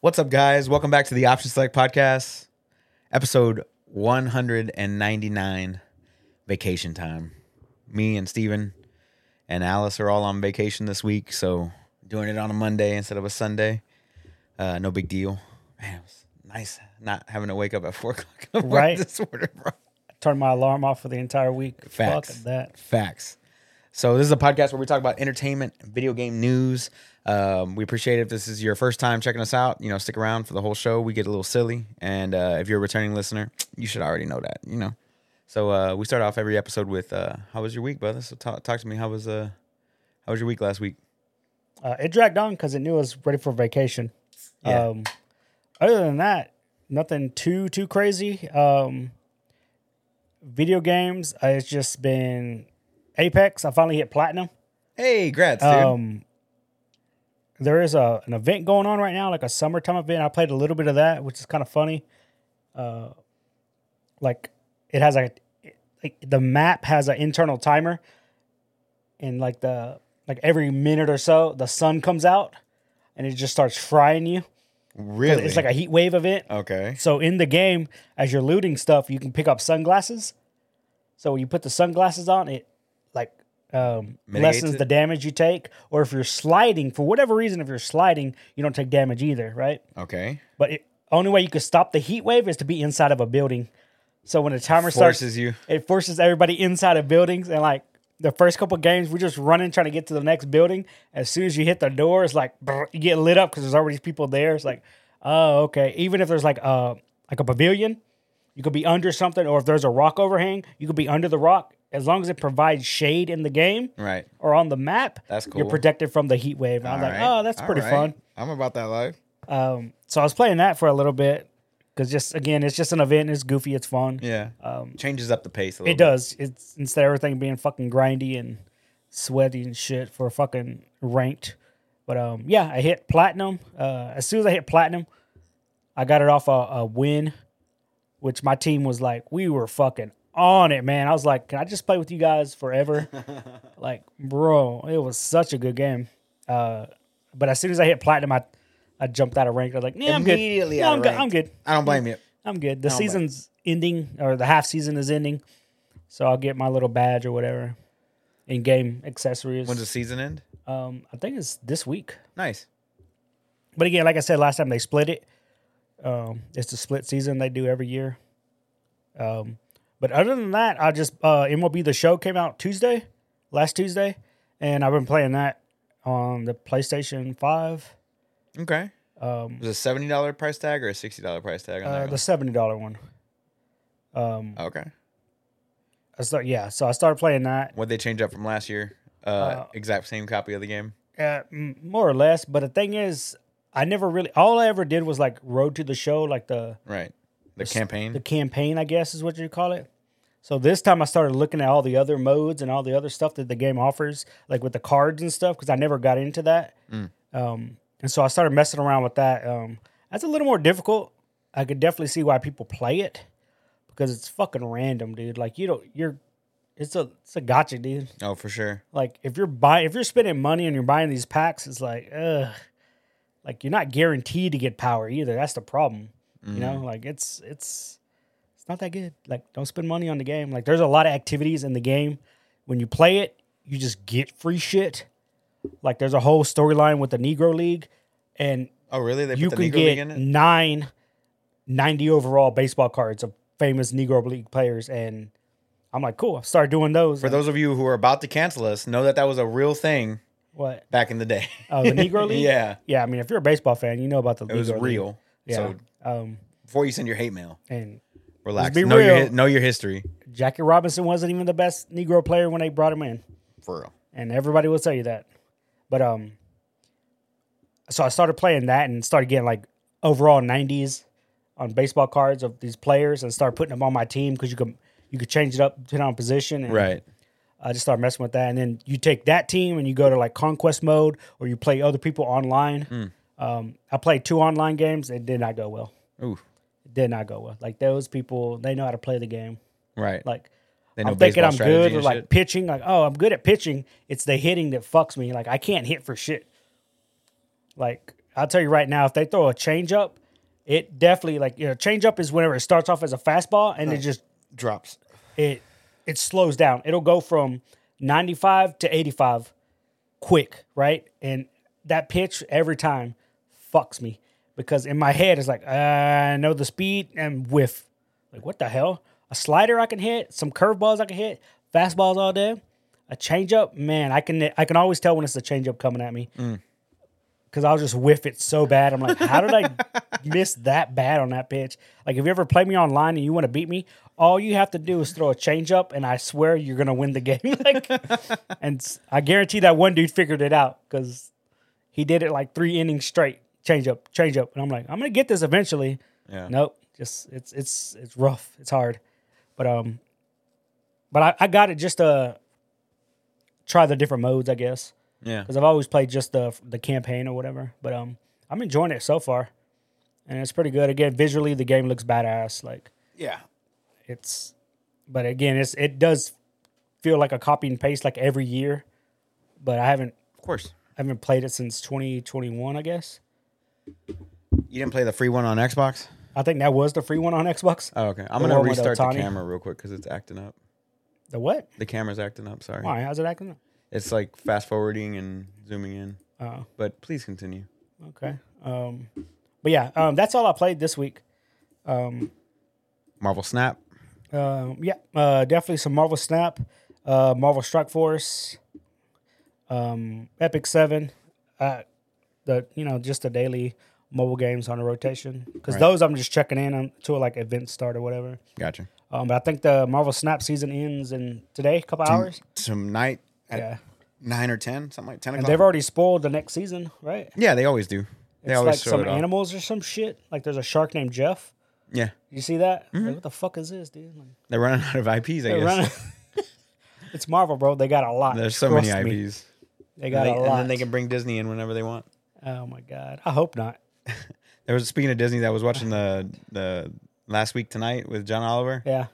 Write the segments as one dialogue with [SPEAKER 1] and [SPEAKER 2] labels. [SPEAKER 1] What's up, guys? Welcome back to the Option Select Podcast, episode 199, vacation time. Me and Steven and Alice are all on vacation this week, so doing it on a Monday instead of a Sunday. Uh, no big deal. Man, it was nice not having to wake up at four o'clock in the morning
[SPEAKER 2] Right.
[SPEAKER 1] this morning, bro.
[SPEAKER 2] Turned my alarm off for the entire week.
[SPEAKER 1] Facts.
[SPEAKER 2] Fuck that.
[SPEAKER 1] Facts. So this is a podcast where we talk about entertainment, video game news. Um, we appreciate it if this is your first time checking us out. You know, stick around for the whole show. We get a little silly, and uh, if you're a returning listener, you should already know that. You know. So uh, we start off every episode with, uh, "How was your week, brother?" So talk, talk to me. How was uh, how was your week last week?
[SPEAKER 2] Uh, it dragged on because it knew I was ready for vacation.
[SPEAKER 1] Yeah.
[SPEAKER 2] Um, other than that, nothing too too crazy. Um, video games. uh, It's just been Apex. I finally hit platinum.
[SPEAKER 1] Hey, grats, dude.
[SPEAKER 2] Um, there is a an event going on right now, like a summertime event. I played a little bit of that, which is kind of funny. Uh, like it has a like the map has an internal timer, and like the like every minute or so, the sun comes out, and it just starts frying you.
[SPEAKER 1] really?
[SPEAKER 2] It's like a heat wave event.
[SPEAKER 1] okay.
[SPEAKER 2] So in the game, as you're looting stuff, you can pick up sunglasses. So when you put the sunglasses on, it like um,
[SPEAKER 1] Mitigates
[SPEAKER 2] lessens
[SPEAKER 1] it?
[SPEAKER 2] the damage you take. Or if you're sliding, for whatever reason, if you're sliding, you don't take damage either, right?
[SPEAKER 1] Okay.
[SPEAKER 2] But it, only way you could stop the heat wave is to be inside of a building. So when the timer starts,
[SPEAKER 1] Forces you.
[SPEAKER 2] it forces everybody inside of buildings and like. The first couple games, we're just running, trying to get to the next building. As soon as you hit the door, it's like brr, you get lit up because there's already people there. It's like, oh, okay. Even if there's like a like a pavilion, you could be under something, or if there's a rock overhang, you could be under the rock. As long as it provides shade in the game
[SPEAKER 1] Right.
[SPEAKER 2] or on the map,
[SPEAKER 1] That's
[SPEAKER 2] You're
[SPEAKER 1] cool.
[SPEAKER 2] protected from the heat wave. And I'm
[SPEAKER 1] All
[SPEAKER 2] like,
[SPEAKER 1] right.
[SPEAKER 2] oh, that's
[SPEAKER 1] All
[SPEAKER 2] pretty
[SPEAKER 1] right.
[SPEAKER 2] fun.
[SPEAKER 1] I'm about that life.
[SPEAKER 2] Um, so I was playing that for a little bit because just again, it's just an event. It's goofy. It's fun.
[SPEAKER 1] Yeah. Changes up the pace a little.
[SPEAKER 2] Um, It does. It's instead of everything being fucking grindy and sweaty and shit for fucking ranked. But um, yeah, I hit platinum. Uh, as soon as I hit platinum, I got it off a, a win, which my team was like, we were fucking on it, man. I was like, can I just play with you guys forever? like, bro, it was such a good game. Uh, but as soon as I hit platinum, I I jumped out of rank. I was like, yeah, I'm good.
[SPEAKER 1] Immediately
[SPEAKER 2] Yeah,
[SPEAKER 1] out
[SPEAKER 2] I'm
[SPEAKER 1] of
[SPEAKER 2] good.
[SPEAKER 1] rank.
[SPEAKER 2] I'm good.
[SPEAKER 1] I don't blame you.
[SPEAKER 2] I'm good. The season's ending, or the half season is ending, so I'll get my little badge or whatever, in game accessories.
[SPEAKER 1] When's the season end?
[SPEAKER 2] um, I think it's this week.
[SPEAKER 1] Nice.
[SPEAKER 2] But again, like I said last time, they split it. Um, it's the split season they do every year. Um, but other than that, I just uh, MLB the Show came out Tuesday, last Tuesday, and I've been playing that on the PlayStation Five,
[SPEAKER 1] Okay. Um, was it a seventy dollar price tag or a sixty dollar price tag on
[SPEAKER 2] uh,
[SPEAKER 1] that?
[SPEAKER 2] the seventy dollar one. Um,
[SPEAKER 1] one? okay.
[SPEAKER 2] I start, yeah, so I started playing that.
[SPEAKER 1] What they change up from last year? Uh, exact same copy of the game.
[SPEAKER 2] Uh, m- more or less. But the thing is, I never really. All I ever did was like road to the show, like the
[SPEAKER 1] Right. The
[SPEAKER 2] the
[SPEAKER 1] campaign.
[SPEAKER 2] campaign, I guess is what you call it. So this time I started looking at all the other modes and all the other stuff that the game offers, like with the cards and stuff, because I never got into that. Um, and so I started messing around with that. Um, that's a little more difficult. I could definitely see why people play it because it's fucking random, dude. Like you don't, you're, it's a, it's a gotcha, dude.
[SPEAKER 1] oh, for sure.
[SPEAKER 2] Like if you're buying, if you're spending money and you're buying these packs, it's like, ugh, like you're not guaranteed to get power either. That's the problem. You know,
[SPEAKER 1] Mm-hmm.
[SPEAKER 2] like it's it's it's not that good. Like don't spend money on the game. Like there's a lot of activities in the game. When you play it, you just get free shit. Like there's a whole storyline with the Negro League, and
[SPEAKER 1] Oh, really? They
[SPEAKER 2] you
[SPEAKER 1] put the
[SPEAKER 2] can
[SPEAKER 1] Negro League
[SPEAKER 2] get
[SPEAKER 1] in it.
[SPEAKER 2] nine 90 overall baseball cards of famous Negro League players. And I'm like, cool. Start doing those.
[SPEAKER 1] For those of you who are about to cancel us, know that that was a real thing
[SPEAKER 2] what?
[SPEAKER 1] back in the day.
[SPEAKER 2] Oh, the Negro League.
[SPEAKER 1] Yeah.
[SPEAKER 2] yeah. I mean, if you're a baseball fan, you know about the.
[SPEAKER 1] It was
[SPEAKER 2] Negro League.
[SPEAKER 1] real.
[SPEAKER 2] Yeah.
[SPEAKER 1] So
[SPEAKER 2] um,
[SPEAKER 1] before you send your hate mail,
[SPEAKER 2] and
[SPEAKER 1] relax.
[SPEAKER 2] be
[SPEAKER 1] know your
[SPEAKER 2] real.
[SPEAKER 1] hi- know your history
[SPEAKER 2] Jackie Robinson wasn't even the best Negro player when they brought him in,
[SPEAKER 1] for real.
[SPEAKER 2] and everybody will tell you that. But um, so I started playing that and started getting like overall 90s on baseball cards of these players, and started putting them on my team because you could you could change it up depending on position. And
[SPEAKER 1] Right.
[SPEAKER 2] I just started messing with that, and then you take that team and you go to like conquest mode, or you play other people online.
[SPEAKER 1] Mm.
[SPEAKER 2] Um, I played two online games; it did not go well.
[SPEAKER 1] Ooh.
[SPEAKER 2] did not go well. Like those people, they know how to play the game.
[SPEAKER 1] Right.
[SPEAKER 2] Like
[SPEAKER 1] They know
[SPEAKER 2] I'm thinking
[SPEAKER 1] baseball
[SPEAKER 2] I'm
[SPEAKER 1] strategy
[SPEAKER 2] good or
[SPEAKER 1] and
[SPEAKER 2] like
[SPEAKER 1] shit.
[SPEAKER 2] pitching. Like oh, I'm good at pitching. It's the hitting that fucks me. Like I can't hit for shit. Like I'll tell you right now, if they throw a change up, it definitely like you know, change up is whenever it starts off as a fastball and it just
[SPEAKER 1] Drops.
[SPEAKER 2] it it slows down. It'll go from 95 to 85 quick, right? And that pitch every time fucks me because in my head it's like I know the speed and whiff. Like what the hell? A slider I can hit, some curveballs I can hit, fastballs all day. A changeup, man, I can I can always tell when it's a changeup coming at me. Cause I'll just whiff it so bad. I'm like, how did I miss that bad on that pitch? Like, if you ever play me online and you want to beat me, all you have to do is throw a change up, and I swear you're gonna win the game. like, and s- I guarantee that one dude figured it out because he did it like three innings straight. Change up, change up, and I'm like, I'm gonna get this eventually.
[SPEAKER 1] Yeah.
[SPEAKER 2] Nope, just it's it's it's rough, it's hard, but um, but I, I got it just to try the different modes, I guess
[SPEAKER 1] Yeah.
[SPEAKER 2] because I've always played just the the campaign or whatever. But um, I'm enjoying it so far, and it's pretty good. Again, visually, the game looks badass. Like
[SPEAKER 1] Yeah.
[SPEAKER 2] it's, but again, it's it does feel like a copy and paste like every year. But I haven't
[SPEAKER 1] Of course.
[SPEAKER 2] I haven't played it since 2021, I guess.
[SPEAKER 1] You didn't play the free one on Xbox?
[SPEAKER 2] I think that was the free one on Xbox.
[SPEAKER 1] Oh, okay. I'm
[SPEAKER 2] The
[SPEAKER 1] gonna
[SPEAKER 2] one with
[SPEAKER 1] restart the
[SPEAKER 2] Ohtani?
[SPEAKER 1] camera real quick because it's acting up.
[SPEAKER 2] The what?
[SPEAKER 1] The camera's acting up. Sorry.
[SPEAKER 2] Why? How's it acting? up?
[SPEAKER 1] It's like fast forwarding and zooming in.
[SPEAKER 2] Oh,
[SPEAKER 1] But please continue.
[SPEAKER 2] okay. Um, but yeah, um, that's all I played this week.
[SPEAKER 1] Marvel Snap.
[SPEAKER 2] Um, yeah, uh, definitely some Marvel Snap, uh, Marvel Strike Force, um, Epic Seven, uh, the you know just the daily mobile games on a rotation because those I'm just checking in until like events start or whatever.
[SPEAKER 1] Gotcha.
[SPEAKER 2] Um, but I think the Marvel Snap season ends in today, a couple hours.
[SPEAKER 1] Tonight at
[SPEAKER 2] Yeah,
[SPEAKER 1] nine or ten, something like ten
[SPEAKER 2] and
[SPEAKER 1] o'clock.
[SPEAKER 2] they've already spoiled the next season, right?
[SPEAKER 1] yeah, they always do. They
[SPEAKER 2] It's
[SPEAKER 1] always
[SPEAKER 2] like
[SPEAKER 1] show
[SPEAKER 2] some
[SPEAKER 1] it off.
[SPEAKER 2] animals or some shit. Like there's a shark named Jeff.
[SPEAKER 1] Yeah,
[SPEAKER 2] You see that?
[SPEAKER 1] Mm-hmm.
[SPEAKER 2] Like, what the fuck is this, dude? Like,
[SPEAKER 1] they're running out of IPs. I
[SPEAKER 2] they're
[SPEAKER 1] guess
[SPEAKER 2] running- it's Marvel, bro. They got a lot.
[SPEAKER 1] there's so
[SPEAKER 2] Trust
[SPEAKER 1] many
[SPEAKER 2] me.
[SPEAKER 1] IPs.
[SPEAKER 2] They
[SPEAKER 1] And,
[SPEAKER 2] got
[SPEAKER 1] they,
[SPEAKER 2] a
[SPEAKER 1] and
[SPEAKER 2] lot.
[SPEAKER 1] then they can bring Disney in whenever they want.
[SPEAKER 2] Oh my god! I hope not.
[SPEAKER 1] There was speaking of Disney, I was watching the the last week tonight with John Oliver
[SPEAKER 2] Yeah.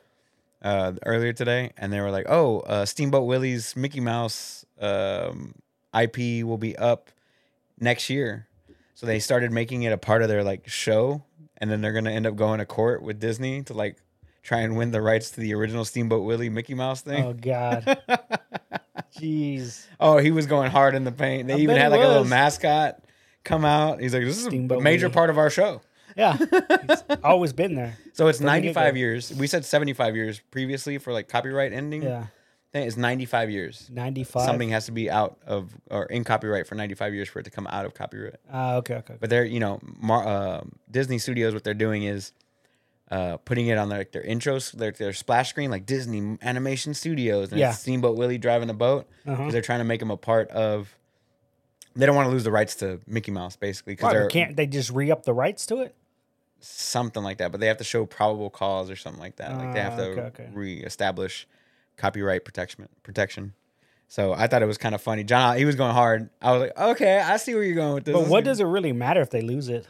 [SPEAKER 1] uh, earlier today, and they were like, "Oh, uh, Steamboat Willie's Mickey Mouse um, IP will be up next year." So they started making it a part of their like show, and then they're gonna end up going to court with Disney to like try and win the rights to the original Steamboat Willie Mickey Mouse thing.
[SPEAKER 2] Oh god. Jeez.
[SPEAKER 1] Oh, he was going hard in the paint. They
[SPEAKER 2] I
[SPEAKER 1] even
[SPEAKER 2] bet
[SPEAKER 1] had
[SPEAKER 2] he
[SPEAKER 1] like a little
[SPEAKER 2] was.
[SPEAKER 1] mascot come out. He's like, "This is a
[SPEAKER 2] Steamboat
[SPEAKER 1] major
[SPEAKER 2] Willie.
[SPEAKER 1] part of our show."
[SPEAKER 2] Yeah. He's always been there.
[SPEAKER 1] So it's
[SPEAKER 2] From the
[SPEAKER 1] 95
[SPEAKER 2] get-go.
[SPEAKER 1] years. We said 75 years previously for like copyright ending.
[SPEAKER 2] Yeah.
[SPEAKER 1] Thing is 95 years.
[SPEAKER 2] Ninety-five.
[SPEAKER 1] Something has to be out of or in copyright for 95 years for it to come out of copyright.
[SPEAKER 2] Ah, okay. Okay. okay.
[SPEAKER 1] But they're, you know, Mar- uh, Disney Studios, what they're doing is uh, putting it on their, their intros, their, their splash screen, like Disney Animation Studios, and
[SPEAKER 2] Yeah.
[SPEAKER 1] it's Steamboat Willie driving a boat.
[SPEAKER 2] Uh-huh.
[SPEAKER 1] 'cause they're trying to make him a part of. They don't want to lose the rights to Mickey Mouse, basically, because
[SPEAKER 2] Why,
[SPEAKER 1] they're
[SPEAKER 2] can't they just re up the rights to it?
[SPEAKER 1] something like that, but they have to show probable cause or something like that. like they have
[SPEAKER 2] Ah,
[SPEAKER 1] to
[SPEAKER 2] okay, okay.
[SPEAKER 1] reestablish copyright protection protection. So I thought it was kind of funny. John, he was going hard. I was like, okay, I see where you're going with this.
[SPEAKER 2] But
[SPEAKER 1] This
[SPEAKER 2] what
[SPEAKER 1] is-
[SPEAKER 2] does it really matter if they lose it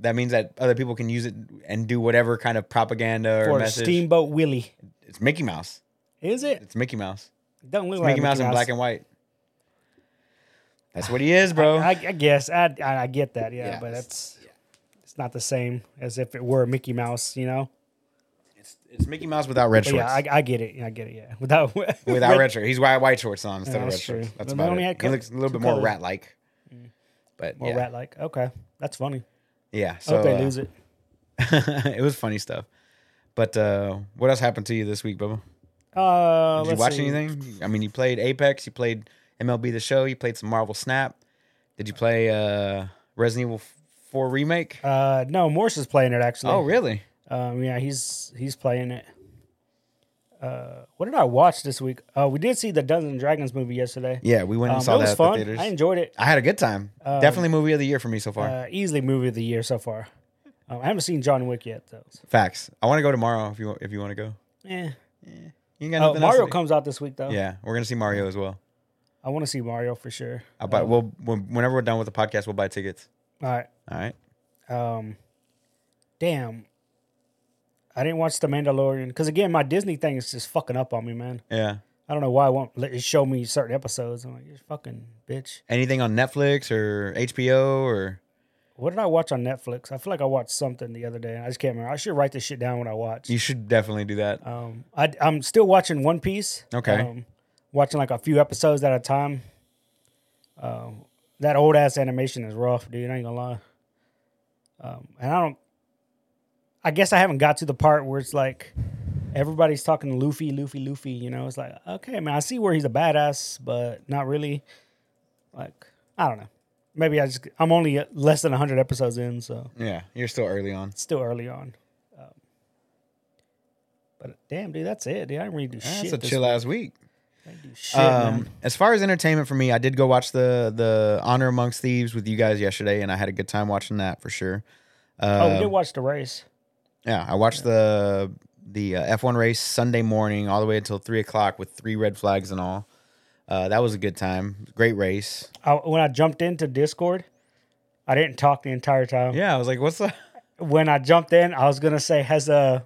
[SPEAKER 1] that means that other people can use it and do whatever kind of propaganda or
[SPEAKER 2] for
[SPEAKER 1] message?
[SPEAKER 2] Steamboat Willie?
[SPEAKER 1] It's Mickey Mouse.
[SPEAKER 2] Is it?
[SPEAKER 1] It's Mickey Mouse.
[SPEAKER 2] Don't look
[SPEAKER 1] It's
[SPEAKER 2] like
[SPEAKER 1] Mickey Mouse in black and white. That's what he is, bro.
[SPEAKER 2] I, I guess I, I I get that. Yeah,
[SPEAKER 1] Yeah,
[SPEAKER 2] but
[SPEAKER 1] it's-
[SPEAKER 2] that's it's not the same as if it were Mickey Mouse. You know.
[SPEAKER 1] it's, it's Mickey Mouse without red
[SPEAKER 2] But
[SPEAKER 1] shorts.
[SPEAKER 2] yeah, I, I get it. Yeah, I get it. Yeah. Without
[SPEAKER 1] without red shirt. He's white white shorts on instead
[SPEAKER 2] Yeah,
[SPEAKER 1] of red
[SPEAKER 2] that's
[SPEAKER 1] shorts.
[SPEAKER 2] true.
[SPEAKER 1] That's
[SPEAKER 2] Then they
[SPEAKER 1] about
[SPEAKER 2] only
[SPEAKER 1] it.
[SPEAKER 2] had
[SPEAKER 1] He
[SPEAKER 2] co-
[SPEAKER 1] looks a little
[SPEAKER 2] two
[SPEAKER 1] bit more
[SPEAKER 2] colors.
[SPEAKER 1] rat like. But
[SPEAKER 2] Mm. more
[SPEAKER 1] yeah,
[SPEAKER 2] rat like. Okay, that's funny.
[SPEAKER 1] yeah.
[SPEAKER 2] I
[SPEAKER 1] So
[SPEAKER 2] hope they
[SPEAKER 1] uh,
[SPEAKER 2] lose it.
[SPEAKER 1] it was funny stuff. But uh, what else happened to you this week, Bubba?
[SPEAKER 2] Uh,
[SPEAKER 1] Did you
[SPEAKER 2] let's
[SPEAKER 1] watch
[SPEAKER 2] see.
[SPEAKER 1] anything? I mean, you played Apex, you played MLB The Show, you played some Marvel Snap. Did you play uh, Resident Evil Four Remake?
[SPEAKER 2] Uh, no, Morse is playing it actually.
[SPEAKER 1] Oh, really?
[SPEAKER 2] um, yeah, he's he's playing it. Uh, what did I watch this week? Uh, we did see the Dungeons and Dragons movie yesterday.
[SPEAKER 1] Yeah, we went and
[SPEAKER 2] um,
[SPEAKER 1] saw
[SPEAKER 2] it was
[SPEAKER 1] that at the
[SPEAKER 2] fun.
[SPEAKER 1] theaters.
[SPEAKER 2] I
[SPEAKER 1] I,
[SPEAKER 2] enjoyed it.
[SPEAKER 1] had a good time. Definitely movie of the year for me so far.
[SPEAKER 2] Uh, easily movie of the year so far. Um, I haven't seen John Wick yet though. So,
[SPEAKER 1] Facts. I want to go tomorrow if you want- if you want to go.
[SPEAKER 2] eh.
[SPEAKER 1] You ain't got
[SPEAKER 2] Oh,
[SPEAKER 1] nothing else.
[SPEAKER 2] Mario
[SPEAKER 1] to do.
[SPEAKER 2] comes out this week though.
[SPEAKER 1] Yeah, we're gonna see Mario as well.
[SPEAKER 2] I want to see Mario for sure. Um,
[SPEAKER 1] I'll buy. we'll when- whenever we're done with the podcast, we'll buy tickets.
[SPEAKER 2] All right.
[SPEAKER 1] All right.
[SPEAKER 2] Um, damn. I didn't watch The Mandalorian because again, my Disney thing is just fucking up on me, man.
[SPEAKER 1] Yeah.
[SPEAKER 2] I don't know why it won't let it show me certain episodes. I'm like, you're fucking bitch.
[SPEAKER 1] Anything on Netflix or HBO or
[SPEAKER 2] What did I watch on Netflix? I feel like I watched something the other day, and I just can't remember. I should write this shit down when I watch.
[SPEAKER 1] You should definitely do that.
[SPEAKER 2] Um, I, I'm still watching One Piece.
[SPEAKER 1] Okay.
[SPEAKER 2] Um, watching like a few episodes at a time. Um, that old ass animation is rough, dude. I ain't gonna lie. Um, and I don't. I guess I haven't got to the part where it's like everybody's talking to Luffy, Luffy, Luffy. You know, it's like okay, man, I see where he's a badass, but not really. Like I don't know. Maybe I just I'm only uh, less than 100 episodes in, so
[SPEAKER 1] Yeah, you're still early on.
[SPEAKER 2] it's still early on. Um, but damn, dude, that's it, dude. I didn't really do
[SPEAKER 1] That's
[SPEAKER 2] shit.
[SPEAKER 1] a
[SPEAKER 2] this
[SPEAKER 1] chill
[SPEAKER 2] week.
[SPEAKER 1] ass week.
[SPEAKER 2] I didn't do shit, man.
[SPEAKER 1] Um, as far as entertainment for me, I did go watch the the Honor Amongst Thieves with you guys yesterday, and I had a good time watching that for sure.
[SPEAKER 2] Oh, we
[SPEAKER 1] Uh,
[SPEAKER 2] did watch the race.
[SPEAKER 1] yeah, I watched the the uh, F1 race Sunday morning all the way until three o'clock with three red flags and all. Uh, that was a good time. Great race.
[SPEAKER 2] I, when I jumped into Discord, I didn't talk the entire time.
[SPEAKER 1] Yeah, I was like, "What's the?"
[SPEAKER 2] When I jumped in, I was gonna say, "Has uh,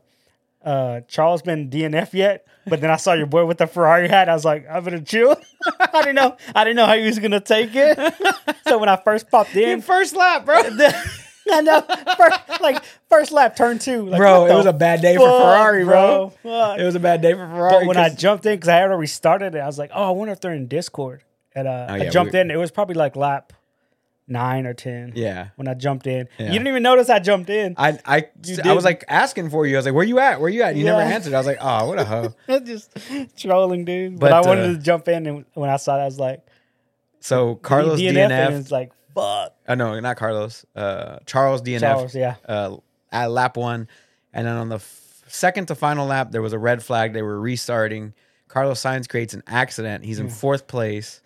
[SPEAKER 2] uh, Charles been DNF yet?" But then I saw your boy with the Ferrari hat. I was like, "I'm gonna chill." I didn't know. I didn't know how he was gonna take it. so when I first popped in,
[SPEAKER 1] First lap, bro.
[SPEAKER 2] I know, first, like first lap, turn two, like,
[SPEAKER 1] bro,
[SPEAKER 2] what
[SPEAKER 1] it
[SPEAKER 2] the
[SPEAKER 1] was a bad day for
[SPEAKER 2] fuck,
[SPEAKER 1] Ferrari, bro.
[SPEAKER 2] Fuck.
[SPEAKER 1] It was a bad day for Ferrari.
[SPEAKER 2] But when I
[SPEAKER 1] 'cause-
[SPEAKER 2] jumped in, because I had already started it, I was like, oh, I wonder if they're in Discord. And uh,
[SPEAKER 1] Oh, yeah,
[SPEAKER 2] I jumped
[SPEAKER 1] we-
[SPEAKER 2] in. It was probably like lap nine or 10.
[SPEAKER 1] yeah,
[SPEAKER 2] When I jumped in,
[SPEAKER 1] Yeah.
[SPEAKER 2] you didn't even notice I jumped in.
[SPEAKER 1] I I, I was
[SPEAKER 2] didn't.
[SPEAKER 1] like asking for you. I was like, "Where you at? Where you at?" You never
[SPEAKER 2] Yeah.
[SPEAKER 1] answered. I was like, "Oh, what a hoe."
[SPEAKER 2] just trolling, dude. But,
[SPEAKER 1] But,
[SPEAKER 2] I wanted
[SPEAKER 1] uh,
[SPEAKER 2] to jump in, and when I saw that, I was like,
[SPEAKER 1] So Carlos
[SPEAKER 2] DNF,
[SPEAKER 1] DNF.
[SPEAKER 2] and it's like, fuck.
[SPEAKER 1] uh, no, not Carlos. Uh, Charles DNF.
[SPEAKER 2] Charles, yeah.
[SPEAKER 1] Uh, at lap one, and then on the f- second to final lap, there was a red flag. They were restarting. Carlos Sainz creates an accident. He's in
[SPEAKER 2] Hmm.
[SPEAKER 1] fourth place.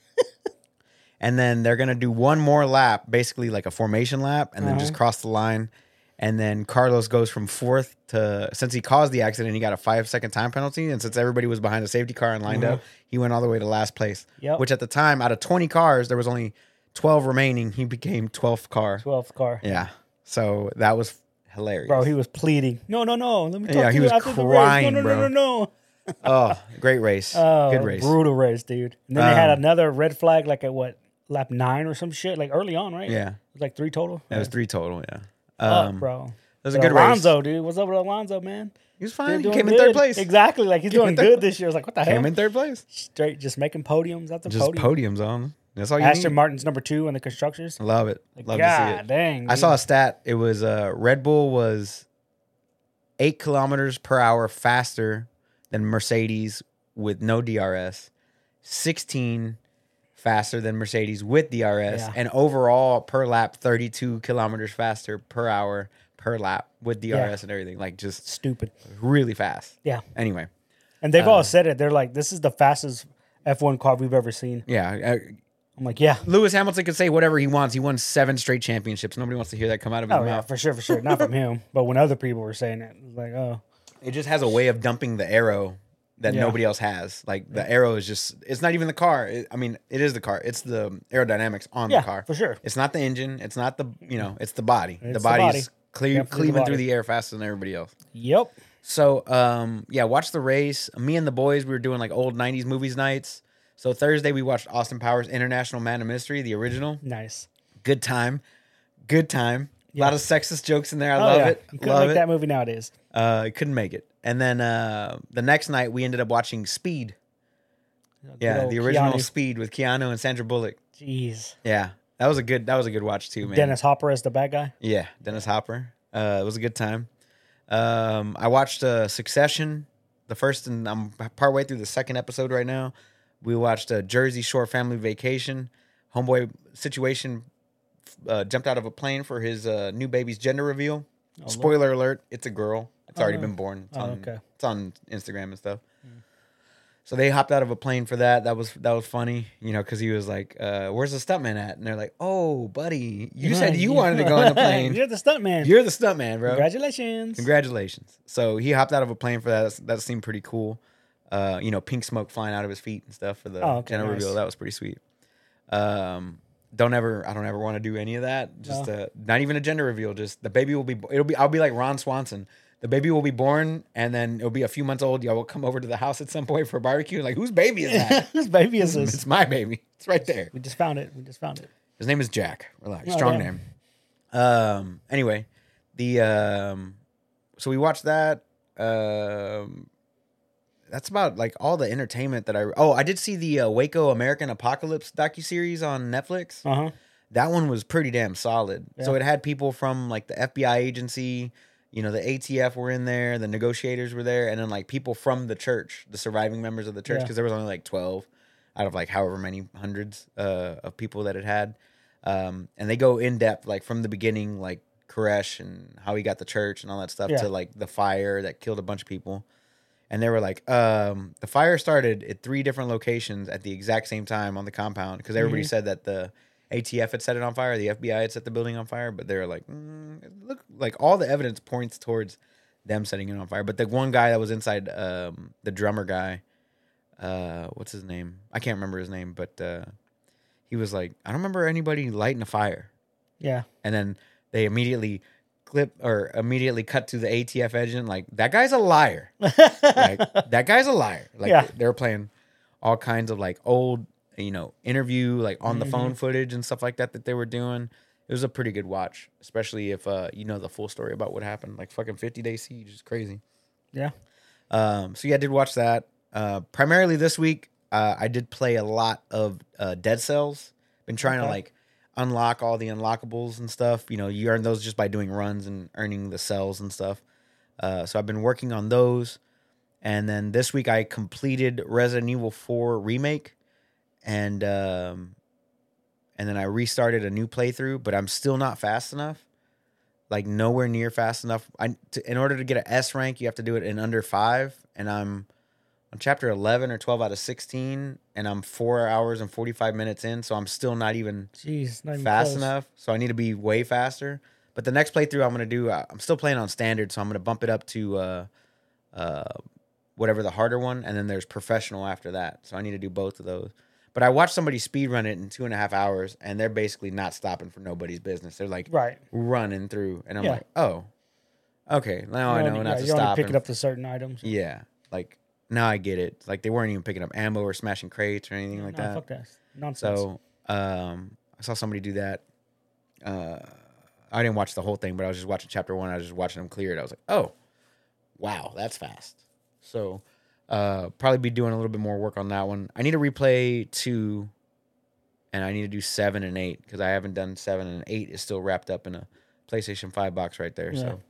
[SPEAKER 1] and then they're gonna do one more lap, basically like a formation lap, and then
[SPEAKER 2] Uh-huh.
[SPEAKER 1] just cross the line. And then Carlos goes from fourth to since he caused the accident, he got a five second time penalty. And since everybody was behind a safety car and lined up, he went all the way to last place.
[SPEAKER 2] Mm-hmm. Yep.
[SPEAKER 1] Which at the time, out of twenty cars, there was only twelve remaining. He became twelfth car.
[SPEAKER 2] 12th car.
[SPEAKER 1] Yeah. So that was hilarious.
[SPEAKER 2] Bro, he was pleading. No, no, no. Let me talk
[SPEAKER 1] Yeah,
[SPEAKER 2] to
[SPEAKER 1] he
[SPEAKER 2] you
[SPEAKER 1] was
[SPEAKER 2] after the
[SPEAKER 1] crying,
[SPEAKER 2] race. No, no,
[SPEAKER 1] bro.
[SPEAKER 2] no, no, no.
[SPEAKER 1] oh, great race.
[SPEAKER 2] Oh,
[SPEAKER 1] Good race.
[SPEAKER 2] Brutal race, dude. And then they had
[SPEAKER 1] Um,
[SPEAKER 2] another red flag, like at what, lap nine or some shit, like early on, right?
[SPEAKER 1] Yeah.
[SPEAKER 2] It was like three total.
[SPEAKER 1] That was three total. Yeah.
[SPEAKER 2] Fuck,
[SPEAKER 1] Um,
[SPEAKER 2] bro.
[SPEAKER 1] that was a
[SPEAKER 2] But
[SPEAKER 1] good
[SPEAKER 2] Alonso,
[SPEAKER 1] race.
[SPEAKER 2] dude. What's up with Alonso, man?
[SPEAKER 1] He was
[SPEAKER 2] They're
[SPEAKER 1] fine. He
[SPEAKER 2] doing
[SPEAKER 1] came in
[SPEAKER 2] good.
[SPEAKER 1] third place.
[SPEAKER 2] Exactly. Like he's doing
[SPEAKER 1] in third
[SPEAKER 2] good this year. I was like, what the
[SPEAKER 1] Came
[SPEAKER 2] hell?
[SPEAKER 1] in third place.
[SPEAKER 2] Straight, just making podiums at the
[SPEAKER 1] Just
[SPEAKER 2] podium.
[SPEAKER 1] podiums on. That's all you
[SPEAKER 2] Aston
[SPEAKER 1] need.
[SPEAKER 2] Martin's number two in the constructors.
[SPEAKER 1] Love it. Love
[SPEAKER 2] God
[SPEAKER 1] to see it.
[SPEAKER 2] dang.
[SPEAKER 1] I
[SPEAKER 2] dude.
[SPEAKER 1] saw a stat. It was uh, Red Bull was eight kilometers per hour faster than Mercedes with no DRS, 16 faster than Mercedes with DRS,
[SPEAKER 2] Yeah.
[SPEAKER 1] and overall per lap, 32 kilometers faster per hour per lap with DRS and everything. Like just
[SPEAKER 2] stupid.
[SPEAKER 1] really fast.
[SPEAKER 2] Yeah,
[SPEAKER 1] Anyway,
[SPEAKER 2] and
[SPEAKER 1] Uh,
[SPEAKER 2] they've all said it. They're like, this is the fastest F1 car we've ever seen.
[SPEAKER 1] yeah. Uh,
[SPEAKER 2] I'm like, yeah.
[SPEAKER 1] Lewis Hamilton could say whatever he wants. He won seven straight championships. Nobody wants to hear that come out of his
[SPEAKER 2] Oh yeah,
[SPEAKER 1] mouth.
[SPEAKER 2] for sure, for sure. Not from him, but when other people were saying it, it was like, oh,
[SPEAKER 1] it just has a way of dumping the arrow that
[SPEAKER 2] Yeah.
[SPEAKER 1] nobody else has. Like the arrow is just it's not even the car. It- I mean, it is the car. It's the aerodynamics on
[SPEAKER 2] yeah,
[SPEAKER 1] the car.
[SPEAKER 2] for sure.
[SPEAKER 1] It's not the engine. It's not the you know. It's the body.
[SPEAKER 2] It's
[SPEAKER 1] the
[SPEAKER 2] the
[SPEAKER 1] body
[SPEAKER 2] body.
[SPEAKER 1] is clear,
[SPEAKER 2] Definitely the
[SPEAKER 1] cleaving
[SPEAKER 2] body.
[SPEAKER 1] through the air faster than everybody else.
[SPEAKER 2] Yep.
[SPEAKER 1] So um yeah, watch the race. Me and the boys, we were doing like old '90s movies nights. So Thursday we watched Austin Powers International Man of Mystery, the original.
[SPEAKER 2] Nice.
[SPEAKER 1] Good time, good time. A lot of sexist jokes in there. I
[SPEAKER 2] Oh,
[SPEAKER 1] love
[SPEAKER 2] yeah.
[SPEAKER 1] it.
[SPEAKER 2] You couldn't
[SPEAKER 1] Love
[SPEAKER 2] make
[SPEAKER 1] it.
[SPEAKER 2] that movie nowadays.
[SPEAKER 1] Uh, couldn't make it. And then uh, the next night we ended up watching Speed.
[SPEAKER 2] Good
[SPEAKER 1] Yeah,
[SPEAKER 2] old
[SPEAKER 1] the original
[SPEAKER 2] Keanu.
[SPEAKER 1] Speed with Keanu and Sandra Bullock.
[SPEAKER 2] Jeez.
[SPEAKER 1] Yeah, that was a good that was a good watch too, man.
[SPEAKER 2] Dennis Hopper is the bad guy.
[SPEAKER 1] Yeah, Dennis Hopper. Uh, it was a good time. Um, I watched uh, Succession, the first, and I'm partway through the second episode right now. We watched uh, Jersey Shore Family Vacation. Homeboy situation uh, jumped out of a plane for his uh, new baby's gender reveal. Spoiler alert: It's a girl. It's already been born. It's
[SPEAKER 2] Oh,
[SPEAKER 1] on,
[SPEAKER 2] okay.
[SPEAKER 1] It's on Instagram and stuff. So they hopped out of a plane for that. That was that was funny, you know, because he was like, uh, "Where's the stuntman at?" And they're like, "Oh, buddy, you said you wanted to go in the plane.
[SPEAKER 2] You're the stuntman.
[SPEAKER 1] You're the stuntman, bro.
[SPEAKER 2] Congratulations.
[SPEAKER 1] Congratulations. So he hopped out of a plane for that. That's- That seemed pretty cool. Uh, you know, pink smoke flying out of his feet and stuff for the
[SPEAKER 2] Oh, okay,
[SPEAKER 1] gender
[SPEAKER 2] nice.
[SPEAKER 1] reveal. That was pretty sweet. Um, don't ever, I don't ever want to do any of that. Just uh, not even a gender reveal. Just the baby will be. It'll be. I'll be like Ron Swanson. The baby will be born, and then it'll be a few months old. Y'all will come over to the house at some point for a barbecue. Like, whose baby is that?
[SPEAKER 2] Whose baby is this?
[SPEAKER 1] it's my baby. It's right there.
[SPEAKER 2] We just found it. We just found it.
[SPEAKER 1] His name is Jack. Relax.
[SPEAKER 2] Oh,
[SPEAKER 1] Strong
[SPEAKER 2] damn.
[SPEAKER 1] name. Um. Anyway, the um, so we watched that. Um, that's about like all the entertainment that I. Oh, I did see the uh, Waco American Apocalypse docu series on Netflix.
[SPEAKER 2] Uh huh.
[SPEAKER 1] That one was pretty damn solid. So
[SPEAKER 2] Yeah.
[SPEAKER 1] it had people from like the FBI agency. You know, the ATF were in there, the negotiators were there, and then like people from the church, the surviving members of the church,
[SPEAKER 2] Yeah.
[SPEAKER 1] because there was only like twelve out of like however many hundreds uh, of people that it had. Um, and they go in depth, like from the beginning, like Koresh and how he got the church and all that stuff
[SPEAKER 2] Yeah.
[SPEAKER 1] to like the fire that killed a bunch of people. And they were like, um, the fire started at three different locations at the exact same time on the compound because everybody said that the ATF had set it on fire, the FBI had set the building on fire, but they were like, mm, it look, like all the evidence points towards them setting it on fire. But the one guy that was inside, um, the drummer guy, uh, what's his name? I can't remember his name, but uh, he was like, I don't remember anybody lighting a fire.
[SPEAKER 2] Yeah.
[SPEAKER 1] And then they immediately clip or immediately cut to the ATF agent, like that guy's a liar. like that guy's a liar. Like
[SPEAKER 2] Yeah.
[SPEAKER 1] they're playing all kinds of like old, you know, interview like on the
[SPEAKER 2] Mm-hmm.
[SPEAKER 1] phone footage and stuff like that that they were doing. It was a pretty good watch, especially if uh you know the full story about what happened. Like fucking 50 day siege is crazy.
[SPEAKER 2] Yeah.
[SPEAKER 1] Um, so yeah, I did watch that. Uh, primarily this week, uh, I did play a lot of uh, Dead Cells. Been trying to
[SPEAKER 2] Okay.
[SPEAKER 1] like unlock all the unlockables and stuff. You know, you earn those just by doing runs and earning the cells and stuff. Uh, so I've been working on those. And then this week I completed Resident Evil 4 remake, and um, and then I restarted a new playthrough. But I'm still not fast enough, like nowhere near fast enough. I to, in order to get an S rank, you have to do it in under five, and I'm on chapter 11 or 12 out of 16, and I'm four hours and 45 minutes in, so I'm still not even
[SPEAKER 2] Jeez. Not even
[SPEAKER 1] fast
[SPEAKER 2] close.
[SPEAKER 1] enough. So I need to be way faster. But the next playthrough I'm gonna do, I- I'm still playing on standard, so I'm gonna bump it up to uh, uh, whatever the harder one, and then there's professional after that. So I need to do both of those. But I watched somebody speed run it in two and a half hours, and they're basically not stopping for nobody's business. They're like
[SPEAKER 2] Right.
[SPEAKER 1] running through, and I'm
[SPEAKER 2] Yeah.
[SPEAKER 1] like, oh, okay, now
[SPEAKER 2] You
[SPEAKER 1] I
[SPEAKER 2] only-
[SPEAKER 1] know not
[SPEAKER 2] yeah,
[SPEAKER 1] to
[SPEAKER 2] You're only
[SPEAKER 1] stop.
[SPEAKER 2] picking
[SPEAKER 1] and-
[SPEAKER 2] up the certain items.
[SPEAKER 1] yeah, like now I get it. Like they weren't even picking up ammo or smashing crates or anything like
[SPEAKER 2] no,
[SPEAKER 1] that.
[SPEAKER 2] Fuck that. Nonsense.
[SPEAKER 1] So um, I saw somebody do that. Uh, I didn't watch the whole thing, but I was just watching chapter one. I was just watching them clear it. I was like, oh, wow, that's fast. So uh, probably be doing a little bit more work on that one. I need to replay two, and I need to do seven and eight because I haven't done seven and eight is still wrapped up in a PlayStation Five box right there.
[SPEAKER 2] Yeah.
[SPEAKER 1] So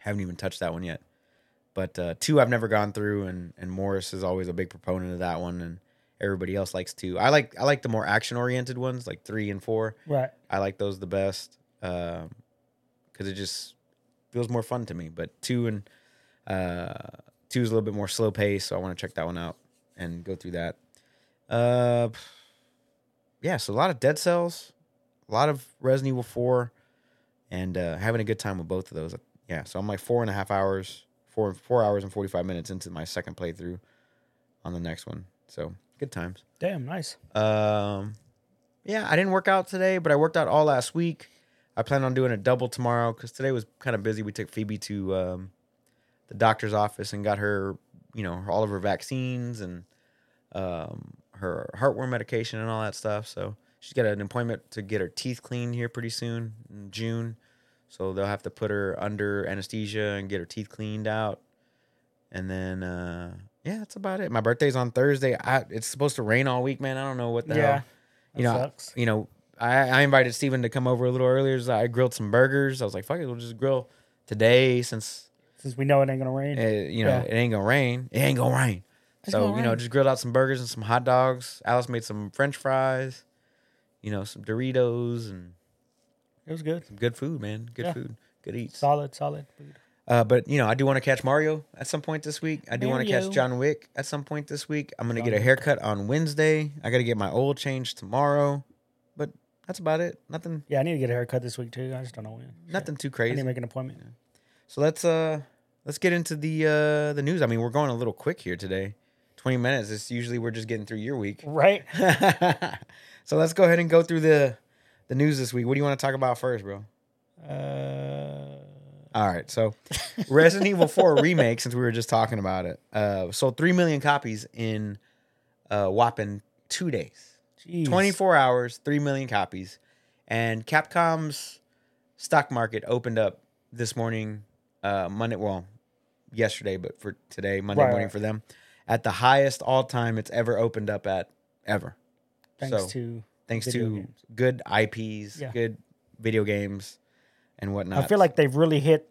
[SPEAKER 1] haven't even touched that one yet. But uh, two I've never gone through, and and Morris is always a big proponent of that one, and everybody else likes two. I like I like the more action oriented ones, like three and four.
[SPEAKER 2] right.
[SPEAKER 1] I like those the best because it just feels more fun to me. But two and uh, two is a little bit more slow paced, so I want to check that one out and go through that. Uh, yeah, so a lot of Dead Cells, a lot of Resident Evil Four, and uh, having a good time with both of those. Yeah, so I'm like four and a half hours, four four hours and forty five minutes into my second playthrough on the next one. So good times.
[SPEAKER 2] Damn. Nice.
[SPEAKER 1] Um, yeah, I didn't work out today, but I worked out all last week. I plan on doing a double tomorrow because today was kind of busy. We took Phoebe to um, the doctor's office and got her, you know, all of her vaccines and um, her heartworm medication and all that stuff. So she's got an appointment to get her teeth cleaned here pretty soon in June. So they'll have to put her under anesthesia and get her teeth cleaned out. And then, uh, yeah, that's about it. My birthday's on Thursday. I, it's supposed to rain all week, man. I don't know what the
[SPEAKER 2] Yeah.
[SPEAKER 1] hell. You
[SPEAKER 2] That
[SPEAKER 1] know,
[SPEAKER 2] sucks.
[SPEAKER 1] you know, I, I invited Steven to come over a little earlier. So I grilled some burgers. I was like, fuck it, we'll just grill today since
[SPEAKER 2] Since we know it ain't gonna rain.
[SPEAKER 1] uh, you know,
[SPEAKER 2] Yeah.
[SPEAKER 1] it ain't gonna rain. It ain't gonna rain.
[SPEAKER 2] It's
[SPEAKER 1] so
[SPEAKER 2] gonna
[SPEAKER 1] you know,
[SPEAKER 2] rain.
[SPEAKER 1] just grilled out some burgers and some hot dogs. Alice made some French fries. You know, some Doritos and
[SPEAKER 2] It was good.
[SPEAKER 1] some good food, man. Good
[SPEAKER 2] Yeah.
[SPEAKER 1] food, good eats.
[SPEAKER 2] Solid. Solid food.
[SPEAKER 1] Uh, but you know, I do want to catch Mario at some point this week. I do want to catch
[SPEAKER 2] Mario.
[SPEAKER 1] John Wick at some point this week. I'm gonna
[SPEAKER 2] John
[SPEAKER 1] get a
[SPEAKER 2] Wick.
[SPEAKER 1] haircut on Wednesday. I gotta get my oil changed tomorrow. But that's about it. Nothing,
[SPEAKER 2] Yeah. I need to get a haircut this week too. I just don't know when.
[SPEAKER 1] nothing too
[SPEAKER 2] I need
[SPEAKER 1] crazy.
[SPEAKER 2] to make an appointment.
[SPEAKER 1] So let's uh let's get into the uh the news. I mean, we're going a little quick here today. Twenty minutes. It's usually we're just getting through your week.
[SPEAKER 2] Right.
[SPEAKER 1] so let's go ahead and go through the the news this week. What do you want to talk about first, bro?
[SPEAKER 2] Uh,
[SPEAKER 1] All right. So Resident Evil 4 remake, since we were just talking about it, uh, sold three million copies in uh whopping two days.
[SPEAKER 2] jeez.
[SPEAKER 1] 24 hours, 3 million copies. And Capcom's stock market opened up this morning, uh, Monday, well, yesterday, but for today, Monday
[SPEAKER 2] Right,
[SPEAKER 1] morning
[SPEAKER 2] right.
[SPEAKER 1] for them, at the highest all time it's ever opened up at ever.
[SPEAKER 2] Thanks
[SPEAKER 1] So,
[SPEAKER 2] to
[SPEAKER 1] Thanks
[SPEAKER 2] video
[SPEAKER 1] to
[SPEAKER 2] games.
[SPEAKER 1] good IPs,
[SPEAKER 2] Yeah.
[SPEAKER 1] good video games, and whatnot.
[SPEAKER 2] I feel like they've really hit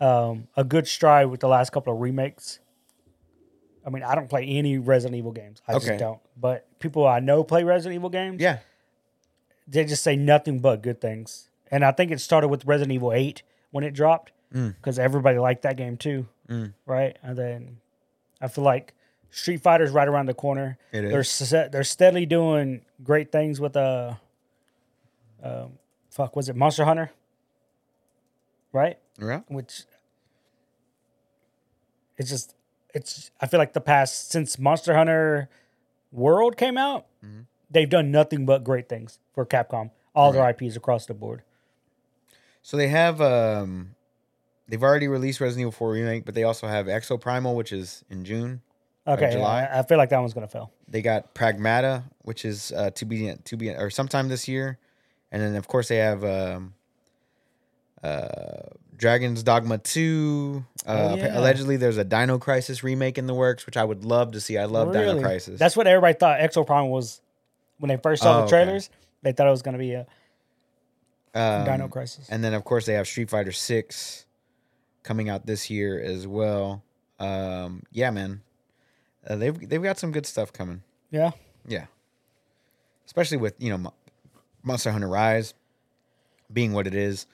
[SPEAKER 2] um, a good stride with the last couple of remakes. I mean, I don't play any Resident Evil games. I
[SPEAKER 1] Okay.
[SPEAKER 2] just don't. But people I know play Resident Evil games.
[SPEAKER 1] yeah,
[SPEAKER 2] They just say nothing but good things. And I think it started with Resident Evil 8 when it dropped
[SPEAKER 1] Mm.
[SPEAKER 2] because everybody liked that game too. Right? And then I feel like Street Fighter's right around the corner.
[SPEAKER 1] It
[SPEAKER 2] They're,
[SPEAKER 1] is.
[SPEAKER 2] se- they're steadily doing great things with, uh, um, fuck, was it Monster Hunter? Right?
[SPEAKER 1] yeah,
[SPEAKER 2] which it's just it's I feel like the past since Monster Hunter World came out,
[SPEAKER 1] Mm-hmm.
[SPEAKER 2] they've done nothing but great things for Capcom, all their IPs across the board.
[SPEAKER 1] So they have um they've already released Resident Evil 4 remake, but they also have Exo Primal, which is in June.
[SPEAKER 2] Okay, yeah,
[SPEAKER 1] July?
[SPEAKER 2] I, I feel like that one's gonna fail.
[SPEAKER 1] They got Pragmata, which is uh, to be to be or sometime this year, and then of course they have um, uh, Dragon's Dogma two. Uh,
[SPEAKER 2] Oh, yeah.
[SPEAKER 1] Allegedly, there's a Dino Crisis remake in the works, which I would love to see. I love Dino
[SPEAKER 2] Really?
[SPEAKER 1] Crisis.
[SPEAKER 2] That's what everybody thought Exo Prime was when they first
[SPEAKER 1] Oh,
[SPEAKER 2] saw the
[SPEAKER 1] okay.
[SPEAKER 2] trailers. They thought it was gonna be a
[SPEAKER 1] um,
[SPEAKER 2] Dino Crisis.
[SPEAKER 1] And then of course they have Street Fighter Six coming out this year as well. Um, yeah, man, uh, they've they've got some good stuff coming.
[SPEAKER 2] yeah,
[SPEAKER 1] Yeah, especially with you know Mo- Monster Hunter Rise being what it is.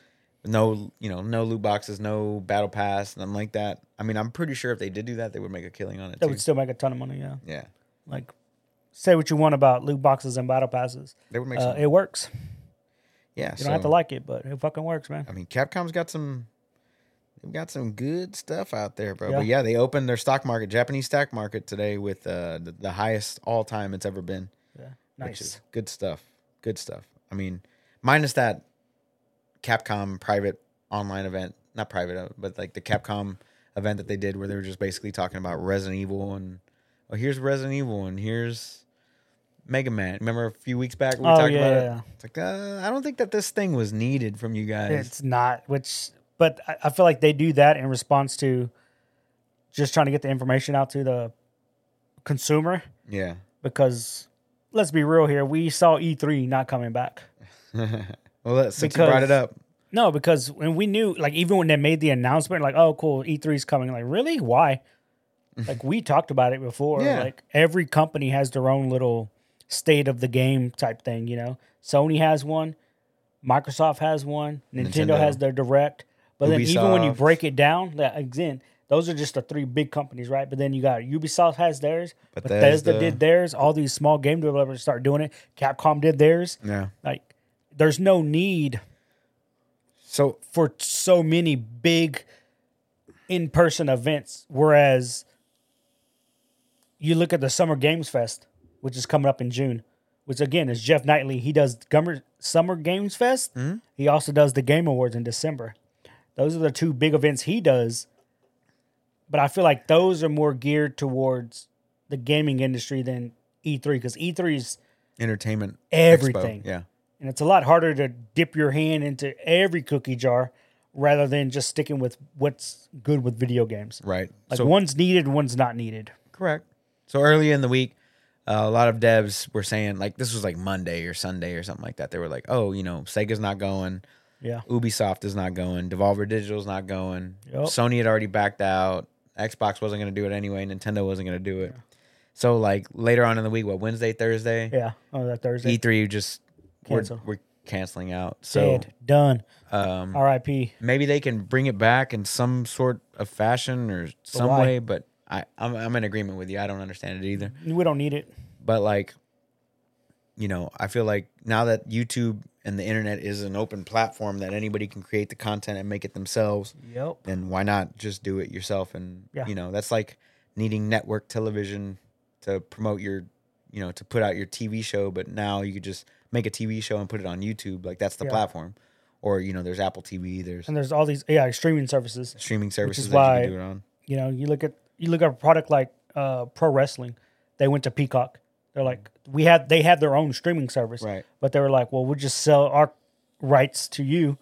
[SPEAKER 1] No, you know, no loot boxes, no battle pass, nothing like that. I mean, I'm pretty sure if they did do that, they would make a killing on it
[SPEAKER 2] that
[SPEAKER 1] too.
[SPEAKER 2] would still make a ton of money. Yeah,
[SPEAKER 1] yeah,
[SPEAKER 2] like say what you want about loot boxes and battle passes,
[SPEAKER 1] they would make.
[SPEAKER 2] uh,
[SPEAKER 1] some,
[SPEAKER 2] it works.
[SPEAKER 1] yeah,
[SPEAKER 2] You don't have to like it, but it fucking works, man.
[SPEAKER 1] I mean, Capcom's got some they've got some good stuff out there, bro.
[SPEAKER 2] Yeah.
[SPEAKER 1] But yeah, they opened their stock market, Japanese stock market today with uh, the, the highest all time it's ever been,
[SPEAKER 2] Yeah.
[SPEAKER 1] which
[SPEAKER 2] Nice.
[SPEAKER 1] is good stuff. Good stuff. I mean, minus that Capcom private online event, not private, uh, but like the Capcom event that they did where they were just basically talking about Resident Evil and oh, here's Resident Evil and here's Mega Man. Remember a few weeks back we
[SPEAKER 2] Oh,
[SPEAKER 1] talked
[SPEAKER 2] yeah,
[SPEAKER 1] about
[SPEAKER 2] yeah,
[SPEAKER 1] it?
[SPEAKER 2] yeah.
[SPEAKER 1] It's like uh, I don't think that this thing was needed from you guys.
[SPEAKER 2] It's not, which, but I, I feel like they do that in response to just trying to get the information out to the consumer
[SPEAKER 1] yeah.
[SPEAKER 2] because let's be real here, we saw E3 not coming back.
[SPEAKER 1] well, that, since you brought it
[SPEAKER 2] Because-
[SPEAKER 1] up,
[SPEAKER 2] No, because when we knew, like, even when they made the announcement, like, oh, cool, E3 is coming, like, really? Why? Like, we talked about it before.
[SPEAKER 1] Yeah.
[SPEAKER 2] Like, every company has their own little state of the game type thing, you know? Sony has one, Microsoft has one, Nintendo,
[SPEAKER 1] Nintendo.
[SPEAKER 2] has their direct. But then, even when you
[SPEAKER 1] Ubisoft.
[SPEAKER 2] break it down, like, again, those are just the three big companies, right? But then you got Ubisoft has theirs, Bethesda,
[SPEAKER 1] Bethesda.
[SPEAKER 2] did theirs, all these small game developers start doing it, Capcom did theirs.
[SPEAKER 1] yeah.
[SPEAKER 2] Like, there's no need
[SPEAKER 1] So
[SPEAKER 2] for so many big in-person events whereas you look at the summer games fest which is coming up in june which again is jeff knightley he does Gummer- summer games fest he also does the game awards in december those are the two big events he does but i feel like those are more geared towards the gaming industry than E e3 because e3 is
[SPEAKER 1] entertainment, expo,
[SPEAKER 2] Everything.
[SPEAKER 1] yeah,
[SPEAKER 2] and it's a lot harder to dip your hand into every cookie jar rather than just sticking with what's good with video games.
[SPEAKER 1] right.
[SPEAKER 2] Like
[SPEAKER 1] so
[SPEAKER 2] one's needed, one's not needed.
[SPEAKER 1] correct. So early in the week, uh, a lot of devs were saying like this was like Monday or Sunday or something like that. They were like, oh, you know, Sega's not going,
[SPEAKER 2] Yeah.
[SPEAKER 1] Ubisoft is not going, Devolver Digital's not going,
[SPEAKER 2] Yep.
[SPEAKER 1] Sony had already backed out, Xbox wasn't going to do it anyway, Nintendo wasn't going to do it. So like later on in the week, what Wednesday, Thursday,
[SPEAKER 2] Yeah. Oh, that Thursday.
[SPEAKER 1] E3 just we're,
[SPEAKER 2] Cancel.
[SPEAKER 1] we're canceling out. So
[SPEAKER 2] Dead. Done.
[SPEAKER 1] um,
[SPEAKER 2] R.I.P.
[SPEAKER 1] maybe they can bring it back in some sort of fashion or some
[SPEAKER 2] why?
[SPEAKER 1] way but I, I'm, I'm in agreement with you i don't understand it either
[SPEAKER 2] We don't need it.
[SPEAKER 1] but like you know i feel like now that youtube and the internet is an open platform that anybody can create the content and make it themselves
[SPEAKER 2] Yep.
[SPEAKER 1] then why not just do it yourself and
[SPEAKER 2] Yeah.
[SPEAKER 1] you know that's like needing network television to promote your you know to put out your tv show but now you could just make a tv show and put it on youtube like that's the
[SPEAKER 2] Yeah.
[SPEAKER 1] platform or you know there's apple tv there's
[SPEAKER 2] And there's all these yeah, streaming services.
[SPEAKER 1] streaming services
[SPEAKER 2] is
[SPEAKER 1] that you
[SPEAKER 2] why-
[SPEAKER 1] can do it on
[SPEAKER 2] You know, you look at you look at a product like uh, pro wrestling. They went to Peacock. They're like we had they had their own streaming service.
[SPEAKER 1] Right.
[SPEAKER 2] But they were like, well, we'll just sell our rights to you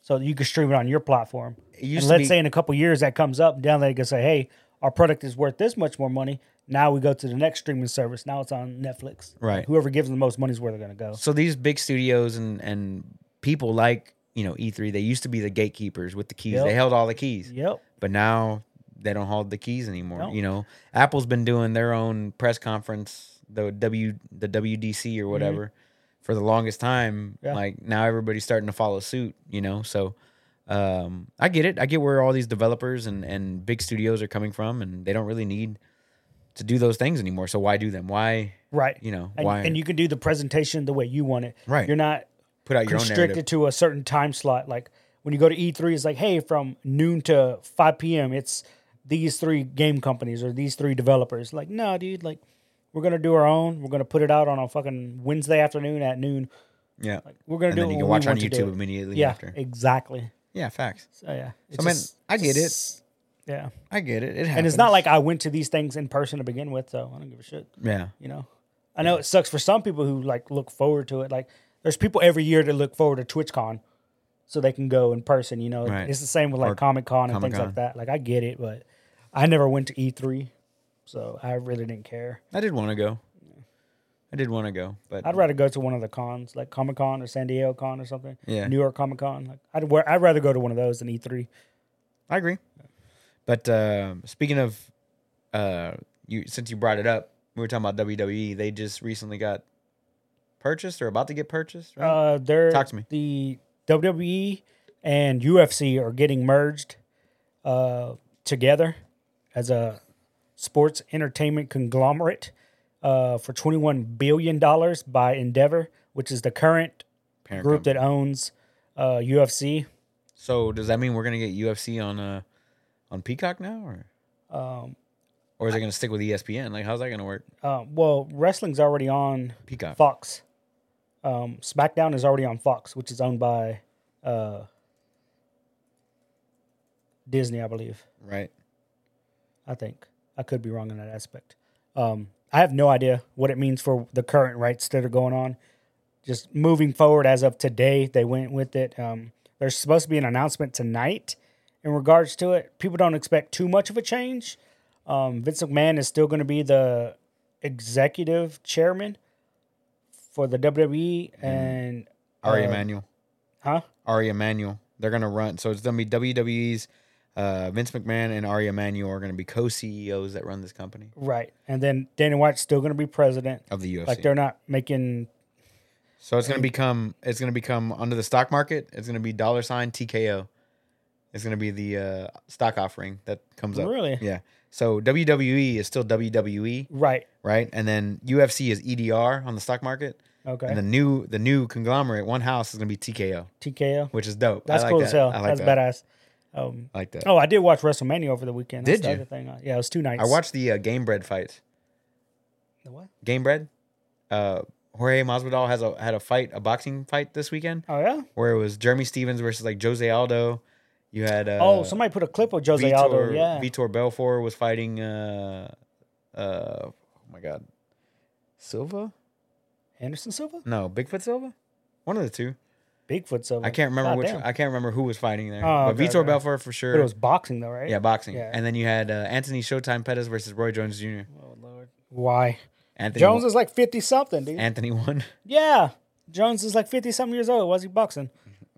[SPEAKER 2] so that you can stream it on your platform.
[SPEAKER 1] It used
[SPEAKER 2] and
[SPEAKER 1] to
[SPEAKER 2] let's
[SPEAKER 1] be-
[SPEAKER 2] say in a couple years that comes up, down there can say, hey, our product is worth this much more money. Now we go to the next streaming service. Now it's on Netflix.
[SPEAKER 1] Right.
[SPEAKER 2] Whoever gives them the most money is where they're going to go.
[SPEAKER 1] So these big studios and and people like you know E3, they used to be the gatekeepers with the keys.
[SPEAKER 2] Yep.
[SPEAKER 1] They held all the keys,
[SPEAKER 2] Yep.
[SPEAKER 1] but now they don't hold the keys anymore.
[SPEAKER 2] No.
[SPEAKER 1] You know, Apple's been doing their own press conference, the W the WDC or whatever, for the longest time.
[SPEAKER 2] Mm-hmm. Yeah.
[SPEAKER 1] Like now everybody's starting to follow suit. You know, so. Um, I get it. I get where all these developers and, and big studios are coming from, and they don't really need to do those things anymore. So why do them? Why
[SPEAKER 2] Right.
[SPEAKER 1] you know
[SPEAKER 2] and,
[SPEAKER 1] why
[SPEAKER 2] and you can do the presentation the way you want it.
[SPEAKER 1] Right.
[SPEAKER 2] You're not
[SPEAKER 1] put out your own narrative?
[SPEAKER 2] constricted to a certain time slot. Like when you go to E3, it's like, hey, from noon to 5 p.m., it's these three game companies or these three developers. Like, no, dude, like we're going to do our own. We're going to put it out on a fucking Wednesday afternoon at noon.
[SPEAKER 1] Yeah.
[SPEAKER 2] We're going
[SPEAKER 1] and
[SPEAKER 2] to do
[SPEAKER 1] then
[SPEAKER 2] it
[SPEAKER 1] you
[SPEAKER 2] when
[SPEAKER 1] can watch
[SPEAKER 2] we
[SPEAKER 1] on
[SPEAKER 2] want to do
[SPEAKER 1] YouTube
[SPEAKER 2] it.
[SPEAKER 1] immediately
[SPEAKER 2] Yeah,
[SPEAKER 1] after.
[SPEAKER 2] exactly.
[SPEAKER 1] Yeah, facts.
[SPEAKER 2] So, yeah. It's
[SPEAKER 1] So, man, I get it.
[SPEAKER 2] it. Yeah.
[SPEAKER 1] I get it. It happens.
[SPEAKER 2] And it's not like I went to these things in person to begin with, so I don't give a shit.
[SPEAKER 1] yeah,
[SPEAKER 2] you know i know it sucks for some people who like look forward to it like there's people every year that look forward to twitchcon so they can go in person you know
[SPEAKER 1] Right.
[SPEAKER 2] it's the same with like
[SPEAKER 1] Or
[SPEAKER 2] comic-con and things like
[SPEAKER 1] Comic-Con.
[SPEAKER 2] that like i get it but i never went to e3 so i really didn't care
[SPEAKER 1] I did want to go. I did want to go, but
[SPEAKER 2] i'd rather go to one of the cons like comic-con or san diego con or something
[SPEAKER 1] Yeah.
[SPEAKER 2] new york comic-con like I'd, wa- I'd rather go to one of those than E e3
[SPEAKER 1] I agree. But uh, speaking of, uh, you since you brought it up, we were talking about WWE. They just recently got purchased or about to get purchased, right?
[SPEAKER 2] Uh, they're
[SPEAKER 1] Talk to me.
[SPEAKER 2] the WWE and UFC are getting merged uh, together as a sports entertainment conglomerate uh, for twenty one billion dollars by Endeavor, which is the current
[SPEAKER 1] Parent
[SPEAKER 2] group
[SPEAKER 1] company.
[SPEAKER 2] that owns uh, UFC.
[SPEAKER 1] so does that mean we're gonna get UFC on uh on Peacock now, or
[SPEAKER 2] Um,
[SPEAKER 1] or is it gonna stick with E ESPN? Like, how's that gonna work?
[SPEAKER 2] uh, well, wrestling's already on
[SPEAKER 1] Peacock.
[SPEAKER 2] Fox. Um, SmackDown is already on Fox, which is owned by uh, Disney, I believe.
[SPEAKER 1] Right.
[SPEAKER 2] I think I could be wrong in that aspect. Um, I have no idea what it means for the current rights that are going on. Just moving forward as of today, they went with it. Um, there's supposed to be an announcement tonight in regards to it. People don't expect too much of a change. Um, Vince McMahon is still going to be the executive chairman for the WWE,
[SPEAKER 1] Mm-hmm.
[SPEAKER 2] and
[SPEAKER 1] Ari
[SPEAKER 2] uh,
[SPEAKER 1] Emanuel.
[SPEAKER 2] huh?
[SPEAKER 1] Ari Emanuel. They're gonna run. So it's gonna be WWE's uh, Vince McMahon and Ari Emanuel are gonna be co CEOs that run this company
[SPEAKER 2] Right, and then Danny White's still going to be president.
[SPEAKER 1] of the UFC.
[SPEAKER 2] Like they're not making
[SPEAKER 1] so it's gonna become it's gonna become under the stock market. It's gonna be dollar sign TKO. It's gonna be the uh, stock offering that comes up.
[SPEAKER 2] Really?
[SPEAKER 1] Yeah. So WWE is still WWE,
[SPEAKER 2] right.
[SPEAKER 1] right? And then UFC is EDR on the stock market.
[SPEAKER 2] Okay.
[SPEAKER 1] And the new the new conglomerate, one house is gonna be TKO,
[SPEAKER 2] TKO.
[SPEAKER 1] which is dope. I
[SPEAKER 2] That's
[SPEAKER 1] like
[SPEAKER 2] cool
[SPEAKER 1] that.
[SPEAKER 2] as hell.
[SPEAKER 1] I like
[SPEAKER 2] That's
[SPEAKER 1] that.
[SPEAKER 2] badass. Um,
[SPEAKER 1] I like that.
[SPEAKER 2] oh, I did watch WrestleMania over the weekend. That's
[SPEAKER 1] Did
[SPEAKER 2] the
[SPEAKER 1] you?
[SPEAKER 2] Other thing. I- Yeah, it was two nights.
[SPEAKER 1] I watched the uh, Game Bread fights.
[SPEAKER 2] the what?
[SPEAKER 1] Game Bread. Uh, Jorge Masvidal has a had a fight, a boxing fight this weekend
[SPEAKER 2] Oh yeah.
[SPEAKER 1] where it was Jeremy Stevens versus like Jose Aldo. You had uh,
[SPEAKER 2] oh, somebody put a clip of Jose Aldo.
[SPEAKER 1] Vitor-
[SPEAKER 2] Yeah.
[SPEAKER 1] Vitor Belfort was fighting. Uh, uh, oh my God, Silva?
[SPEAKER 2] Anderson Silva,
[SPEAKER 1] No, Bigfoot Silva. One of the two.
[SPEAKER 2] Bigfoot Silva.
[SPEAKER 1] I can't remember
[SPEAKER 2] God
[SPEAKER 1] which.
[SPEAKER 2] Ah, damn.
[SPEAKER 1] I can't remember who was fighting there.
[SPEAKER 2] Oh,
[SPEAKER 1] but
[SPEAKER 2] okay,
[SPEAKER 1] Vitor
[SPEAKER 2] okay.
[SPEAKER 1] Belfort for sure.
[SPEAKER 2] But it was boxing though, right?
[SPEAKER 1] yeah, boxing.
[SPEAKER 2] Yeah.
[SPEAKER 1] And then you had uh, Anthony Showtime Pettis versus Roy Jones Jr.
[SPEAKER 2] Oh lord. Why?
[SPEAKER 1] Anthony
[SPEAKER 2] Jones
[SPEAKER 1] won.
[SPEAKER 2] is like fifty something, dude.
[SPEAKER 1] Anthony won.
[SPEAKER 2] yeah. Jones is like fifty something years old. Why's he boxing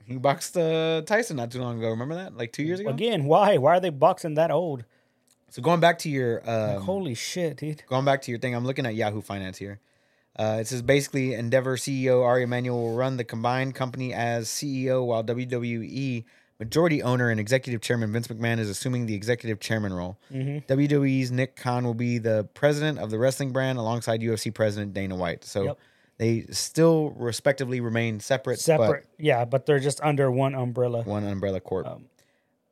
[SPEAKER 1] He boxed uh, Tyson not too long ago. Remember that? Like two years ago.
[SPEAKER 2] again? Why? Why are they boxing that old?
[SPEAKER 1] So going back to your um,
[SPEAKER 2] Holy shit, dude.
[SPEAKER 1] going back to your thing, I'm looking at Yahoo Finance here. Uh, it says basically Endeavor CEO Ari Emanuel will run the combined company as CEO, while WWE majority owner and executive chairman Vince McMahon is assuming the executive chairman role.
[SPEAKER 2] Mm-hmm.
[SPEAKER 1] WWE's Nick Khan will be the president of the wrestling brand alongside UFC president Dana White. So
[SPEAKER 2] Yep.
[SPEAKER 1] they still respectively remain separate, but
[SPEAKER 2] Separate. yeah, but they're just under one umbrella. Um,
[SPEAKER 1] one umbrella corp.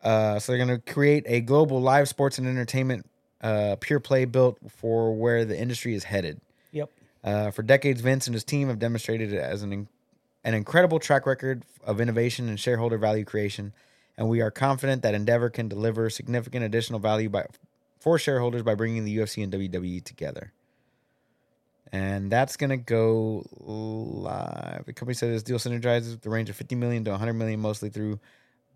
[SPEAKER 1] uh, so they're going to create a global live sports and entertainment uh, pure play built for where the industry is headed.
[SPEAKER 2] Yep.
[SPEAKER 1] Uh, for decades, Vince and his team have demonstrated it as an in- an incredible track record of innovation and shareholder value creation, and we are confident that Endeavor can deliver significant additional value by for shareholders by bringing the UFC and WWE together. And that's gonna go live. The company said this deal synergizes with the range of 50 million to 100 million, mostly through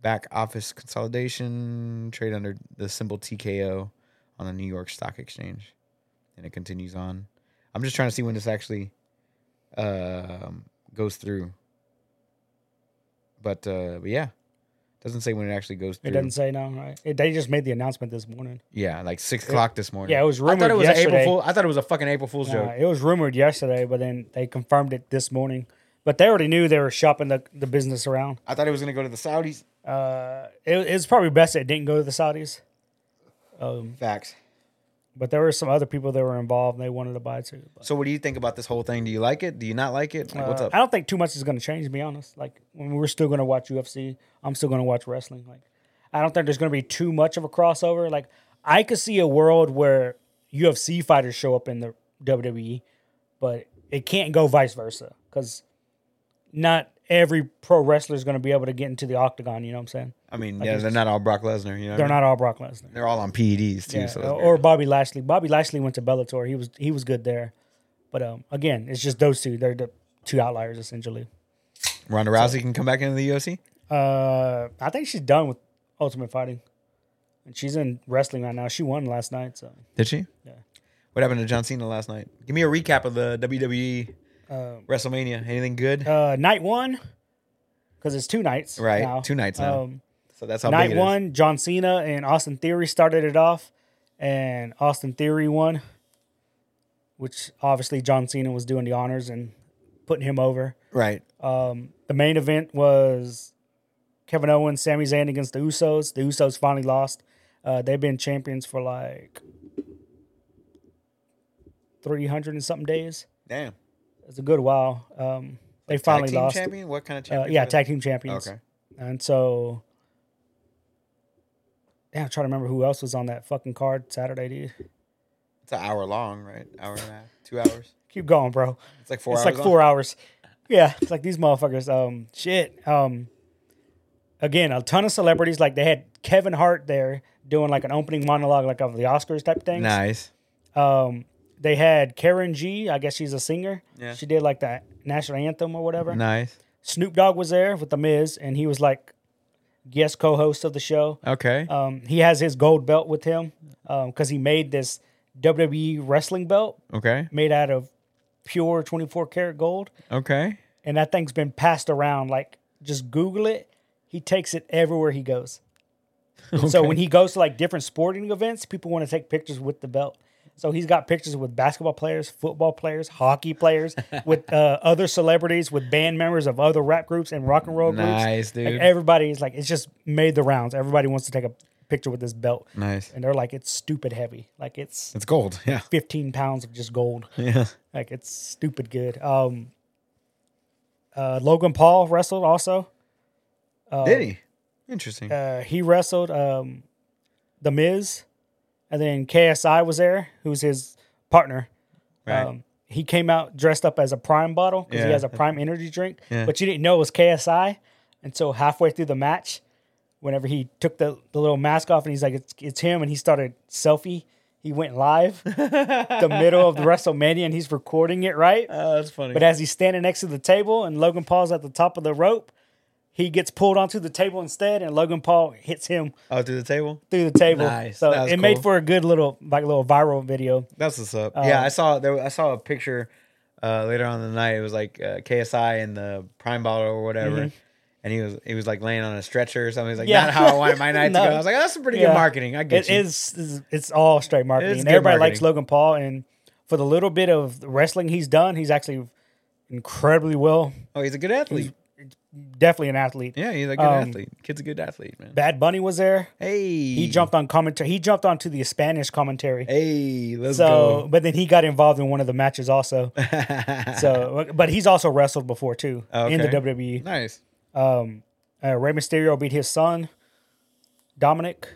[SPEAKER 1] back office consolidation, trade under the symbol TKO on the New York Stock Exchange. And it continues on. I'm just trying to see when this actually um, goes through. But uh, but yeah, doesn't say when it actually goes
[SPEAKER 2] It
[SPEAKER 1] through.
[SPEAKER 2] doesn't say no, right? It, they just made the announcement this morning.
[SPEAKER 1] Yeah, like six o'clock this morning.
[SPEAKER 2] Yeah, it was
[SPEAKER 1] I
[SPEAKER 2] rumored
[SPEAKER 1] thought it was an
[SPEAKER 2] yesterday.
[SPEAKER 1] April Fool. I thought it was a fucking April Fool's
[SPEAKER 2] Nah,
[SPEAKER 1] joke.
[SPEAKER 2] Uh, it was rumored yesterday, but then they confirmed it this morning. But they already knew they were shopping the, the business around.
[SPEAKER 1] I thought it was gonna go to the Saudis.
[SPEAKER 2] Uh, it, it's probably best it didn't go to the Saudis. Um,
[SPEAKER 1] Facts.
[SPEAKER 2] But there were some other people that were involved and they wanted to buy too. But,
[SPEAKER 1] So, what do you think about this whole thing? Do you like it? Do you not like it? Like, what's
[SPEAKER 2] uh,
[SPEAKER 1] up?
[SPEAKER 2] I don't think too much is going to change, to be honest. Like, when we're still going to watch UFC. I'm still going to watch wrestling. Like, I don't think there's going to be too much of a crossover. Like, I could see a world where UFC fighters show up in the WWE, but it can't go vice versa because not every pro wrestler is going to be able to get into the octagon. You know what I'm saying?
[SPEAKER 1] I mean, yeah, they're not all Brock Lesnar. You know,
[SPEAKER 2] They're not all Brock Lesnar.
[SPEAKER 1] They're all on PEDs too.
[SPEAKER 2] Yeah,
[SPEAKER 1] so
[SPEAKER 2] or or Bobby Lashley. Bobby Lashley went to Bellator. He was he was good there, but um, again, it's just those two. They're the two outliers essentially.
[SPEAKER 1] Ronda Rousey can come back into the UFC.
[SPEAKER 2] Uh, I think she's done with Ultimate Fighting, and she's in wrestling right now. She won last night, so
[SPEAKER 1] Did she?
[SPEAKER 2] Yeah.
[SPEAKER 1] What happened to John Cena last night? Give me a recap of the WWE
[SPEAKER 2] Um,
[SPEAKER 1] WrestleMania. Anything good?
[SPEAKER 2] uh, night one, because it's two nights,
[SPEAKER 1] Right,
[SPEAKER 2] now.
[SPEAKER 1] two nights now.
[SPEAKER 2] Um,
[SPEAKER 1] so that's how big
[SPEAKER 2] night
[SPEAKER 1] it is.
[SPEAKER 2] one, John Cena and Austin Theory started it off, and Austin Theory won, which obviously John Cena was doing the honors and putting him over.
[SPEAKER 1] Right.
[SPEAKER 2] Um, the main event was Kevin Owens, Sami Zayn against the Usos. The Usos finally lost. Uh, they've been champions for like 300 and something days.
[SPEAKER 1] Damn.
[SPEAKER 2] It's a good while. Um, they
[SPEAKER 1] tag
[SPEAKER 2] finally
[SPEAKER 1] team
[SPEAKER 2] lost.
[SPEAKER 1] champion. What kind of
[SPEAKER 2] Uh,
[SPEAKER 1] champion?
[SPEAKER 2] yeah,
[SPEAKER 1] was it?
[SPEAKER 2] tag team champions.
[SPEAKER 1] Okay.
[SPEAKER 2] And so, yeah, I'm trying to remember who else was on that fucking card Saturday, dude.
[SPEAKER 1] It's an hour long, right? Hour and a half, two hours.
[SPEAKER 2] Keep going, bro.
[SPEAKER 1] It's like four.
[SPEAKER 2] it's
[SPEAKER 1] hours
[SPEAKER 2] like
[SPEAKER 1] long.
[SPEAKER 2] four hours. Yeah, it's like these motherfuckers. Um, shit. Um, again, a ton of celebrities. Like they had Kevin Hart there doing like an opening monologue, like of the Oscars type thing.
[SPEAKER 1] Nice.
[SPEAKER 2] Um, they had Karen G. I guess she's a singer.
[SPEAKER 1] Yeah.
[SPEAKER 2] She did like that national anthem or whatever.
[SPEAKER 1] Nice.
[SPEAKER 2] Snoop Dogg was there with the Miz, and he was like guest co-host of the show.
[SPEAKER 1] Okay.
[SPEAKER 2] Um, he has his gold belt with him because he made this WWE wrestling belt
[SPEAKER 1] okay.
[SPEAKER 2] made out of pure 24 karat gold
[SPEAKER 1] Okay.
[SPEAKER 2] and that thing's been passed around. Like, just Google it. He takes it everywhere he goes. And So
[SPEAKER 1] Okay.
[SPEAKER 2] when he goes to like different sporting events, people want to take pictures with the belt. So he's got pictures with basketball players, football players, hockey players, with uh, other celebrities, with band members of other rap groups and rock and roll
[SPEAKER 1] Nice,
[SPEAKER 2] groups. Like,
[SPEAKER 1] dude.
[SPEAKER 2] everybody's like, it's just made the rounds. Everybody wants to take a picture with this belt,
[SPEAKER 1] Nice.
[SPEAKER 2] and they're like, it's stupid heavy. Like it's
[SPEAKER 1] It's gold. Yeah.
[SPEAKER 2] 15 pounds of just gold.
[SPEAKER 1] Yeah.
[SPEAKER 2] Like it's stupid good. Um, uh, Logan Paul wrestled also.
[SPEAKER 1] Did he? Interesting.
[SPEAKER 2] Uh, he wrestled um, the Miz, and then KSI was there, who's his partner.
[SPEAKER 1] Right.
[SPEAKER 2] Um, he came out dressed up as a Prime bottle because
[SPEAKER 1] Yeah.
[SPEAKER 2] he has a Prime energy drink,
[SPEAKER 1] Yeah.
[SPEAKER 2] but you didn't know it was KSI until halfway through the match. Whenever he took the, the little mask off and he's like, it's, it's him, and he started selfie. He went live the middle of the WrestleMania and he's recording it, right?
[SPEAKER 1] oh, that's funny.
[SPEAKER 2] But as he's standing next to the table and Logan Paul's at the top of the rope, he gets pulled onto the table instead, and Logan Paul hits him
[SPEAKER 1] oh, through the table.
[SPEAKER 2] through the table.
[SPEAKER 1] Nice.
[SPEAKER 2] So
[SPEAKER 1] That
[SPEAKER 2] it
[SPEAKER 1] was
[SPEAKER 2] made
[SPEAKER 1] cool.
[SPEAKER 2] for a good little like little viral video.
[SPEAKER 1] That's what's
[SPEAKER 2] Uh,
[SPEAKER 1] up. yeah, I saw there. I saw a picture uh, later on in the night. It was like uh, KSI and the Prime Bottle or whatever, and he was he was like laying on a stretcher or something. He's like,
[SPEAKER 2] Mm-hmm. Yeah.
[SPEAKER 1] "Not how I wanted my night
[SPEAKER 2] No.
[SPEAKER 1] to go." I was like, "Oh, "That's some pretty good marketing." I get
[SPEAKER 2] it
[SPEAKER 1] you.
[SPEAKER 2] is- is- it's all straight marketing.
[SPEAKER 1] It's
[SPEAKER 2] And
[SPEAKER 1] good
[SPEAKER 2] everybody likes
[SPEAKER 1] marketing.
[SPEAKER 2] Logan Paul, and for the little bit of wrestling he's done, he's actually incredibly well,
[SPEAKER 1] Oh, he's a good athlete.
[SPEAKER 2] definitely an athlete.
[SPEAKER 1] yeah, he's a good
[SPEAKER 2] um,
[SPEAKER 1] athlete. Kid's a good athlete, man.
[SPEAKER 2] Bad Bunny was there.
[SPEAKER 1] Hey,
[SPEAKER 2] He jumped on commentary. He jumped onto the Spanish commentary.
[SPEAKER 1] Hey, let's
[SPEAKER 2] so, but then he got involved in one of the matches also.
[SPEAKER 1] go.
[SPEAKER 2] So, but he's also wrestled before too in the
[SPEAKER 1] Okay.
[SPEAKER 2] WWE.
[SPEAKER 1] nice.
[SPEAKER 2] Um, uh, Rey Mysterio beat his son, Dominic.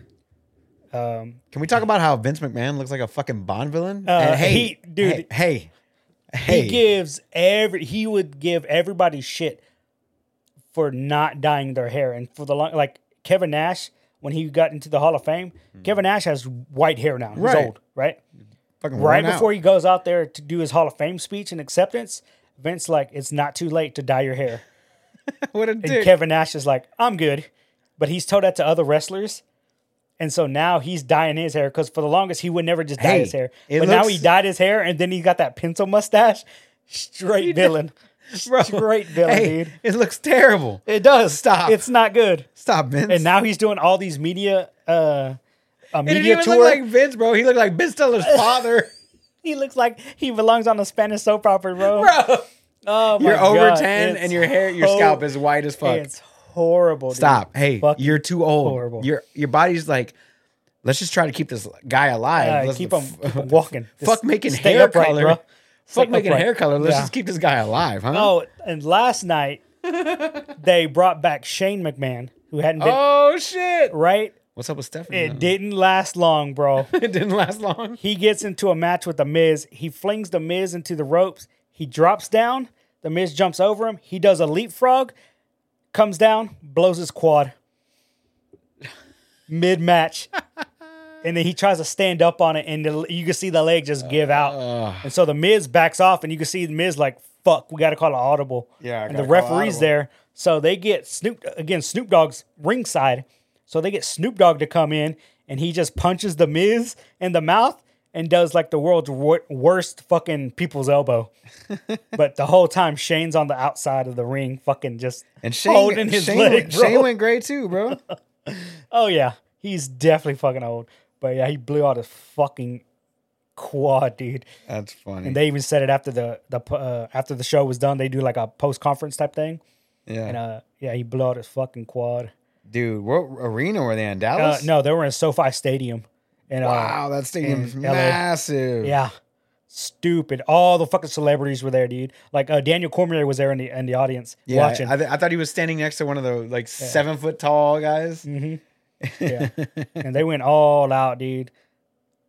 [SPEAKER 2] Um,
[SPEAKER 1] Can we talk about how Vince McMahon looks like a fucking Bond villain?
[SPEAKER 2] Uh,
[SPEAKER 1] And
[SPEAKER 2] he- dude-
[SPEAKER 1] Hey, hey, hey.
[SPEAKER 2] He gives every he would give everybody shit for not dyeing their hair and for the long like Kevin Nash when he got into the Hall of Fame. Kevin Nash has white hair now. He's
[SPEAKER 1] Hmm. Right.
[SPEAKER 2] old, right?
[SPEAKER 1] fucking
[SPEAKER 2] right
[SPEAKER 1] worn out.
[SPEAKER 2] before he goes out there to do his Hall of Fame speech and acceptance, Vince like it's not too late to dye your hair.
[SPEAKER 1] what a
[SPEAKER 2] And
[SPEAKER 1] dick.
[SPEAKER 2] Kevin Nash is like, I'm good. but he's told that to other wrestlers. And so now he's dyeing his hair because for the longest he would never just dye
[SPEAKER 1] Hey,
[SPEAKER 2] his hair. But
[SPEAKER 1] it
[SPEAKER 2] now
[SPEAKER 1] looks-
[SPEAKER 2] he dyed his hair and then he got that pencil mustache. Straight villain.
[SPEAKER 1] Bro,
[SPEAKER 2] Straight villain,
[SPEAKER 1] hey, Ah.
[SPEAKER 2] dude.
[SPEAKER 1] It looks terrible.
[SPEAKER 2] It does.
[SPEAKER 1] Stop.
[SPEAKER 2] It's not good.
[SPEAKER 1] Stop, Vince.
[SPEAKER 2] And now he's doing all these media uh a
[SPEAKER 1] he didn't
[SPEAKER 2] media
[SPEAKER 1] even
[SPEAKER 2] tour.
[SPEAKER 1] look like Vince, bro. He looked like Vince Stiller's father.
[SPEAKER 2] he looks like he belongs on a Spanish soap opera, bro.
[SPEAKER 1] bro,
[SPEAKER 2] Oh my
[SPEAKER 1] you're over
[SPEAKER 2] God,
[SPEAKER 1] tan
[SPEAKER 2] it's
[SPEAKER 1] and your hair, your
[SPEAKER 2] ho-
[SPEAKER 1] scalp is white as fuck.
[SPEAKER 2] It's horrible. dude.
[SPEAKER 1] Stop. Hey,
[SPEAKER 2] Fucking
[SPEAKER 1] you're too old.
[SPEAKER 2] horrible.
[SPEAKER 1] Your your body's like, let's just try to keep this guy alive.
[SPEAKER 2] Uh,
[SPEAKER 1] Let's-
[SPEAKER 2] keep, him, keep him walking.
[SPEAKER 1] Fuck
[SPEAKER 2] Just
[SPEAKER 1] making
[SPEAKER 2] stay
[SPEAKER 1] hair
[SPEAKER 2] upright,
[SPEAKER 1] color.
[SPEAKER 2] bro. Stay
[SPEAKER 1] Fuck making
[SPEAKER 2] upright.
[SPEAKER 1] hair color. Let's
[SPEAKER 2] Yeah.
[SPEAKER 1] just keep this guy alive, huh?
[SPEAKER 2] Oh, and last night they brought back Shane McMahon, who hadn't been
[SPEAKER 1] Oh, shit.
[SPEAKER 2] right.
[SPEAKER 1] What's up with Stephanie?
[SPEAKER 2] It
[SPEAKER 1] though?
[SPEAKER 2] didn't last long, bro.
[SPEAKER 1] it didn't last long.
[SPEAKER 2] he gets into a match with the Miz. He flings the Miz into the ropes. He drops down. The Miz jumps over him. He does a leapfrog, comes down, blows his quad mid match. And then he tries to stand up on it, and the, you can see the leg just give out. and so the Miz backs off, and you can see the Miz like, "Fuck, we got to call an audible."
[SPEAKER 1] Yeah, I
[SPEAKER 2] and the
[SPEAKER 1] gotta call
[SPEAKER 2] referee's
[SPEAKER 1] audible.
[SPEAKER 2] there, so they get Snoop again. Snoop Dogg's ringside, so they get Snoop Dogg to come in, and he just punches the Miz in the mouth and does like the world's wor- worst fucking people's elbow. but the whole time Shane's on the outside of the ring, fucking just
[SPEAKER 1] And Shane,
[SPEAKER 2] holding his
[SPEAKER 1] Shane,
[SPEAKER 2] leg.
[SPEAKER 1] went,
[SPEAKER 2] bro.
[SPEAKER 1] Shane went gray too, bro.
[SPEAKER 2] Oh yeah, he's definitely fucking old. But yeah, he blew out his fucking quad, dude.
[SPEAKER 1] That's funny.
[SPEAKER 2] And they even said it after the the uh, after the show was done. They do like a post conference type thing.
[SPEAKER 1] yeah.
[SPEAKER 2] And uh, yeah, he blew out his fucking quad.
[SPEAKER 1] Dude, what arena were they in?
[SPEAKER 2] Uh,
[SPEAKER 1] Dallas?
[SPEAKER 2] no, they were in SoFi Stadium. And uh,
[SPEAKER 1] Wow, that stadium's
[SPEAKER 2] in LA.
[SPEAKER 1] massive.
[SPEAKER 2] yeah, stupid. All the fucking celebrities were there, dude. Like uh, Daniel Cormier was there in the in the audience
[SPEAKER 1] Yeah,
[SPEAKER 2] watching.
[SPEAKER 1] I, I thought he was standing next to one of the like seven foot tall guys.
[SPEAKER 2] yeah. Mm-hmm. and they went all out, dude.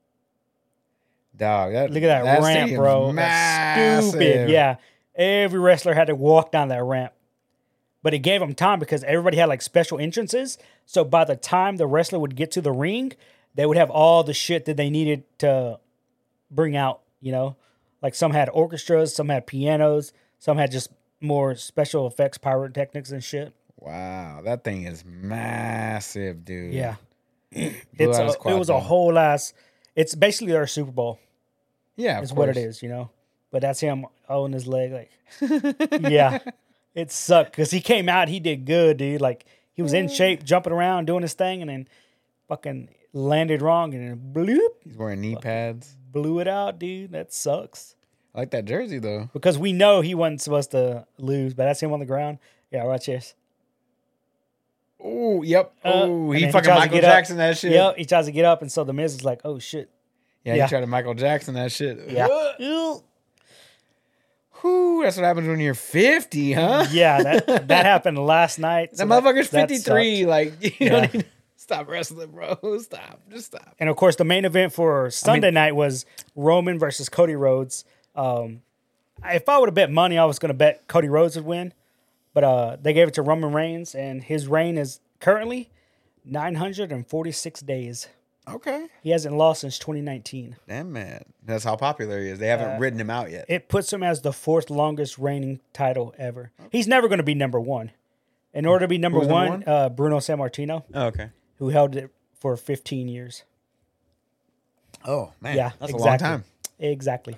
[SPEAKER 1] Dog, that,
[SPEAKER 2] Look at that, ramp,
[SPEAKER 1] stadium's
[SPEAKER 2] bro. That's
[SPEAKER 1] massive.
[SPEAKER 2] stupid. Yeah. Every wrestler had to walk down that ramp. But it gave them time because everybody had like special entrances. So by the time the wrestler would get to the ring, they would have all the shit that they needed to bring out, you know? Like some had orchestras, some had pianos, some had just more special effects, pyrotechnics and shit.
[SPEAKER 1] Wow, that thing is massive, dude.
[SPEAKER 2] Yeah.
[SPEAKER 1] Blew
[SPEAKER 2] It's
[SPEAKER 1] out
[SPEAKER 2] a,
[SPEAKER 1] his quad,
[SPEAKER 2] it was a
[SPEAKER 1] bro.
[SPEAKER 2] whole ass it's basically their Super Bowl.
[SPEAKER 1] Yeah, of
[SPEAKER 2] It's what it
[SPEAKER 1] course.
[SPEAKER 2] is, you know. But that's him holding his leg, like, yeah, it sucked because he came out, he did good, dude. Like he was in shape, jumping around, doing his thing, and then fucking landed wrong and then bloop,
[SPEAKER 1] He's wearing knee pads.
[SPEAKER 2] blew it out, dude. That sucks
[SPEAKER 1] I like that jersey though.
[SPEAKER 2] because we know he wasn't supposed to lose, but that's him on the ground. Yeah, watch this.
[SPEAKER 1] Oh, yep.
[SPEAKER 2] Uh,
[SPEAKER 1] oh,
[SPEAKER 2] and then
[SPEAKER 1] he fucking
[SPEAKER 2] tries to
[SPEAKER 1] Michael
[SPEAKER 2] get up.
[SPEAKER 1] Jackson that shit.
[SPEAKER 2] Yep, he tries to get up, and so the Miz is like, "Oh shit,
[SPEAKER 1] Yeah,
[SPEAKER 2] Yeah.
[SPEAKER 1] he tried to Michael Jackson that shit.
[SPEAKER 2] yeah,
[SPEAKER 1] Whew, that's what happens when you're 50, huh?
[SPEAKER 2] yeah." That that happened last night. so
[SPEAKER 1] That motherfucker's
[SPEAKER 2] that sucked.
[SPEAKER 1] 53. Like, you
[SPEAKER 2] Yeah.
[SPEAKER 1] don't need stop wrestling, bro. Stop. Just stop.
[SPEAKER 2] And of course, the main event for Sunday night was Roman versus Cody Rhodes. Um, if I would have bet money, I was going to bet Cody Rhodes would win, but uh, they gave it to Roman Reigns, and his reign is currently 946 days.
[SPEAKER 1] Okay.
[SPEAKER 2] He hasn't lost since 2019.
[SPEAKER 1] Damn man. That's how popular he is. They haven't written him out yet.
[SPEAKER 2] Uh, It puts him as the fourth longest reigning title ever. He's never going to be number one. In order to be number
[SPEAKER 1] was number
[SPEAKER 2] one,
[SPEAKER 1] one?
[SPEAKER 2] Uh, Bruno Sammartino,
[SPEAKER 1] Oh, okay.
[SPEAKER 2] who held it for 15 years.
[SPEAKER 1] Oh man.
[SPEAKER 2] Yeah,
[SPEAKER 1] That's
[SPEAKER 2] exactly.
[SPEAKER 1] a long time.
[SPEAKER 2] Exactly.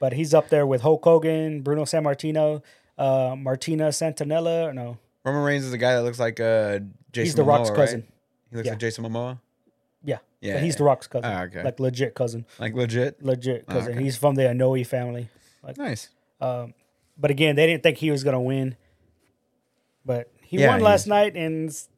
[SPEAKER 2] But he's up there with Hulk Hogan, Bruno Sammartino, uh, Martina Santinella. Or no,
[SPEAKER 1] Roman Reigns is the guy that looks like uh Jason
[SPEAKER 2] he's The Rock's
[SPEAKER 1] Momoa, right?
[SPEAKER 2] cousin.
[SPEAKER 1] He looks
[SPEAKER 2] Yeah.
[SPEAKER 1] like Jason Momoa.
[SPEAKER 2] Yeah,
[SPEAKER 1] Yeah,
[SPEAKER 2] But he's
[SPEAKER 1] yeah.
[SPEAKER 2] The Rock's cousin.
[SPEAKER 1] Ah, okay.
[SPEAKER 2] Like legit cousin,
[SPEAKER 1] Like legit.
[SPEAKER 2] legit cousin.
[SPEAKER 1] okay.
[SPEAKER 2] He's from the Anoa'i family. Like,
[SPEAKER 1] Nice.
[SPEAKER 2] but again, they didn't think he was gonna win. But he
[SPEAKER 1] Yeah,
[SPEAKER 2] won
[SPEAKER 1] he
[SPEAKER 2] last
[SPEAKER 1] was-
[SPEAKER 2] night and s-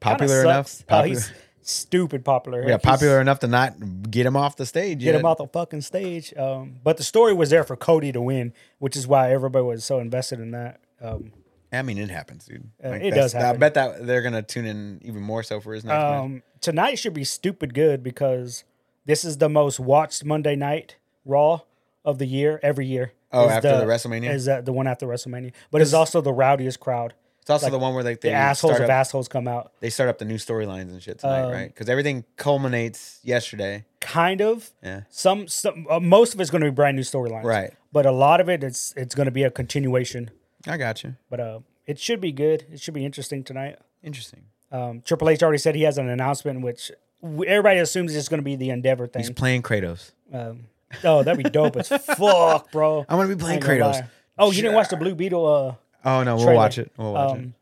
[SPEAKER 2] kinda
[SPEAKER 1] Popular enough.
[SPEAKER 2] sucks. Oh,
[SPEAKER 1] Popular.
[SPEAKER 2] he's stupid popular.
[SPEAKER 1] yeah,
[SPEAKER 2] Like, he's-
[SPEAKER 1] popular enough to not get him off the stage.
[SPEAKER 2] Get
[SPEAKER 1] yet.
[SPEAKER 2] him off the fucking stage. Um, but the story was there for Cody to win, which is why everybody was so invested in that. Um,
[SPEAKER 1] I mean, it happens, dude. Like,
[SPEAKER 2] Uh, it
[SPEAKER 1] that's-
[SPEAKER 2] does happen.
[SPEAKER 1] I bet that they're gonna tune in even more so for his next match.
[SPEAKER 2] Um, tonight should be stupid good because this is the most watched Monday night Raw of the year every year.
[SPEAKER 1] Oh,
[SPEAKER 2] Is
[SPEAKER 1] after the WrestleMania?
[SPEAKER 2] is that the one after WrestleMania? But it's also the rowdiest crowd.
[SPEAKER 1] It's also the one where like they
[SPEAKER 2] The assholes
[SPEAKER 1] start
[SPEAKER 2] of Um,
[SPEAKER 1] up,
[SPEAKER 2] assholes come out,
[SPEAKER 1] they start up the new storylines and shit tonight, right? Because everything culminates yesterday.
[SPEAKER 2] kind of.
[SPEAKER 1] Yeah.
[SPEAKER 2] Some, some, uh, most of it's going to be brand new storylines,
[SPEAKER 1] Right.
[SPEAKER 2] But a lot of it, it's it's going to be a continuation.
[SPEAKER 1] I got you.
[SPEAKER 2] But uh, it should be good. It should be interesting tonight.
[SPEAKER 1] Interesting.
[SPEAKER 2] Um, Triple H already said he has an announcement, which w- everybody assumes is just going to be the Endeavor thing.
[SPEAKER 1] He's playing Kratos.
[SPEAKER 2] Um, oh, that'd be dope as fuck, bro.
[SPEAKER 1] I'm gonna be playing
[SPEAKER 2] I ain't gonna
[SPEAKER 1] Kratos.
[SPEAKER 2] lie. Oh, you didn't watch the Blue Beetle? Uh,
[SPEAKER 1] Oh no, we'll
[SPEAKER 2] trailer.
[SPEAKER 1] watch it. We'll watch it.
[SPEAKER 2] um,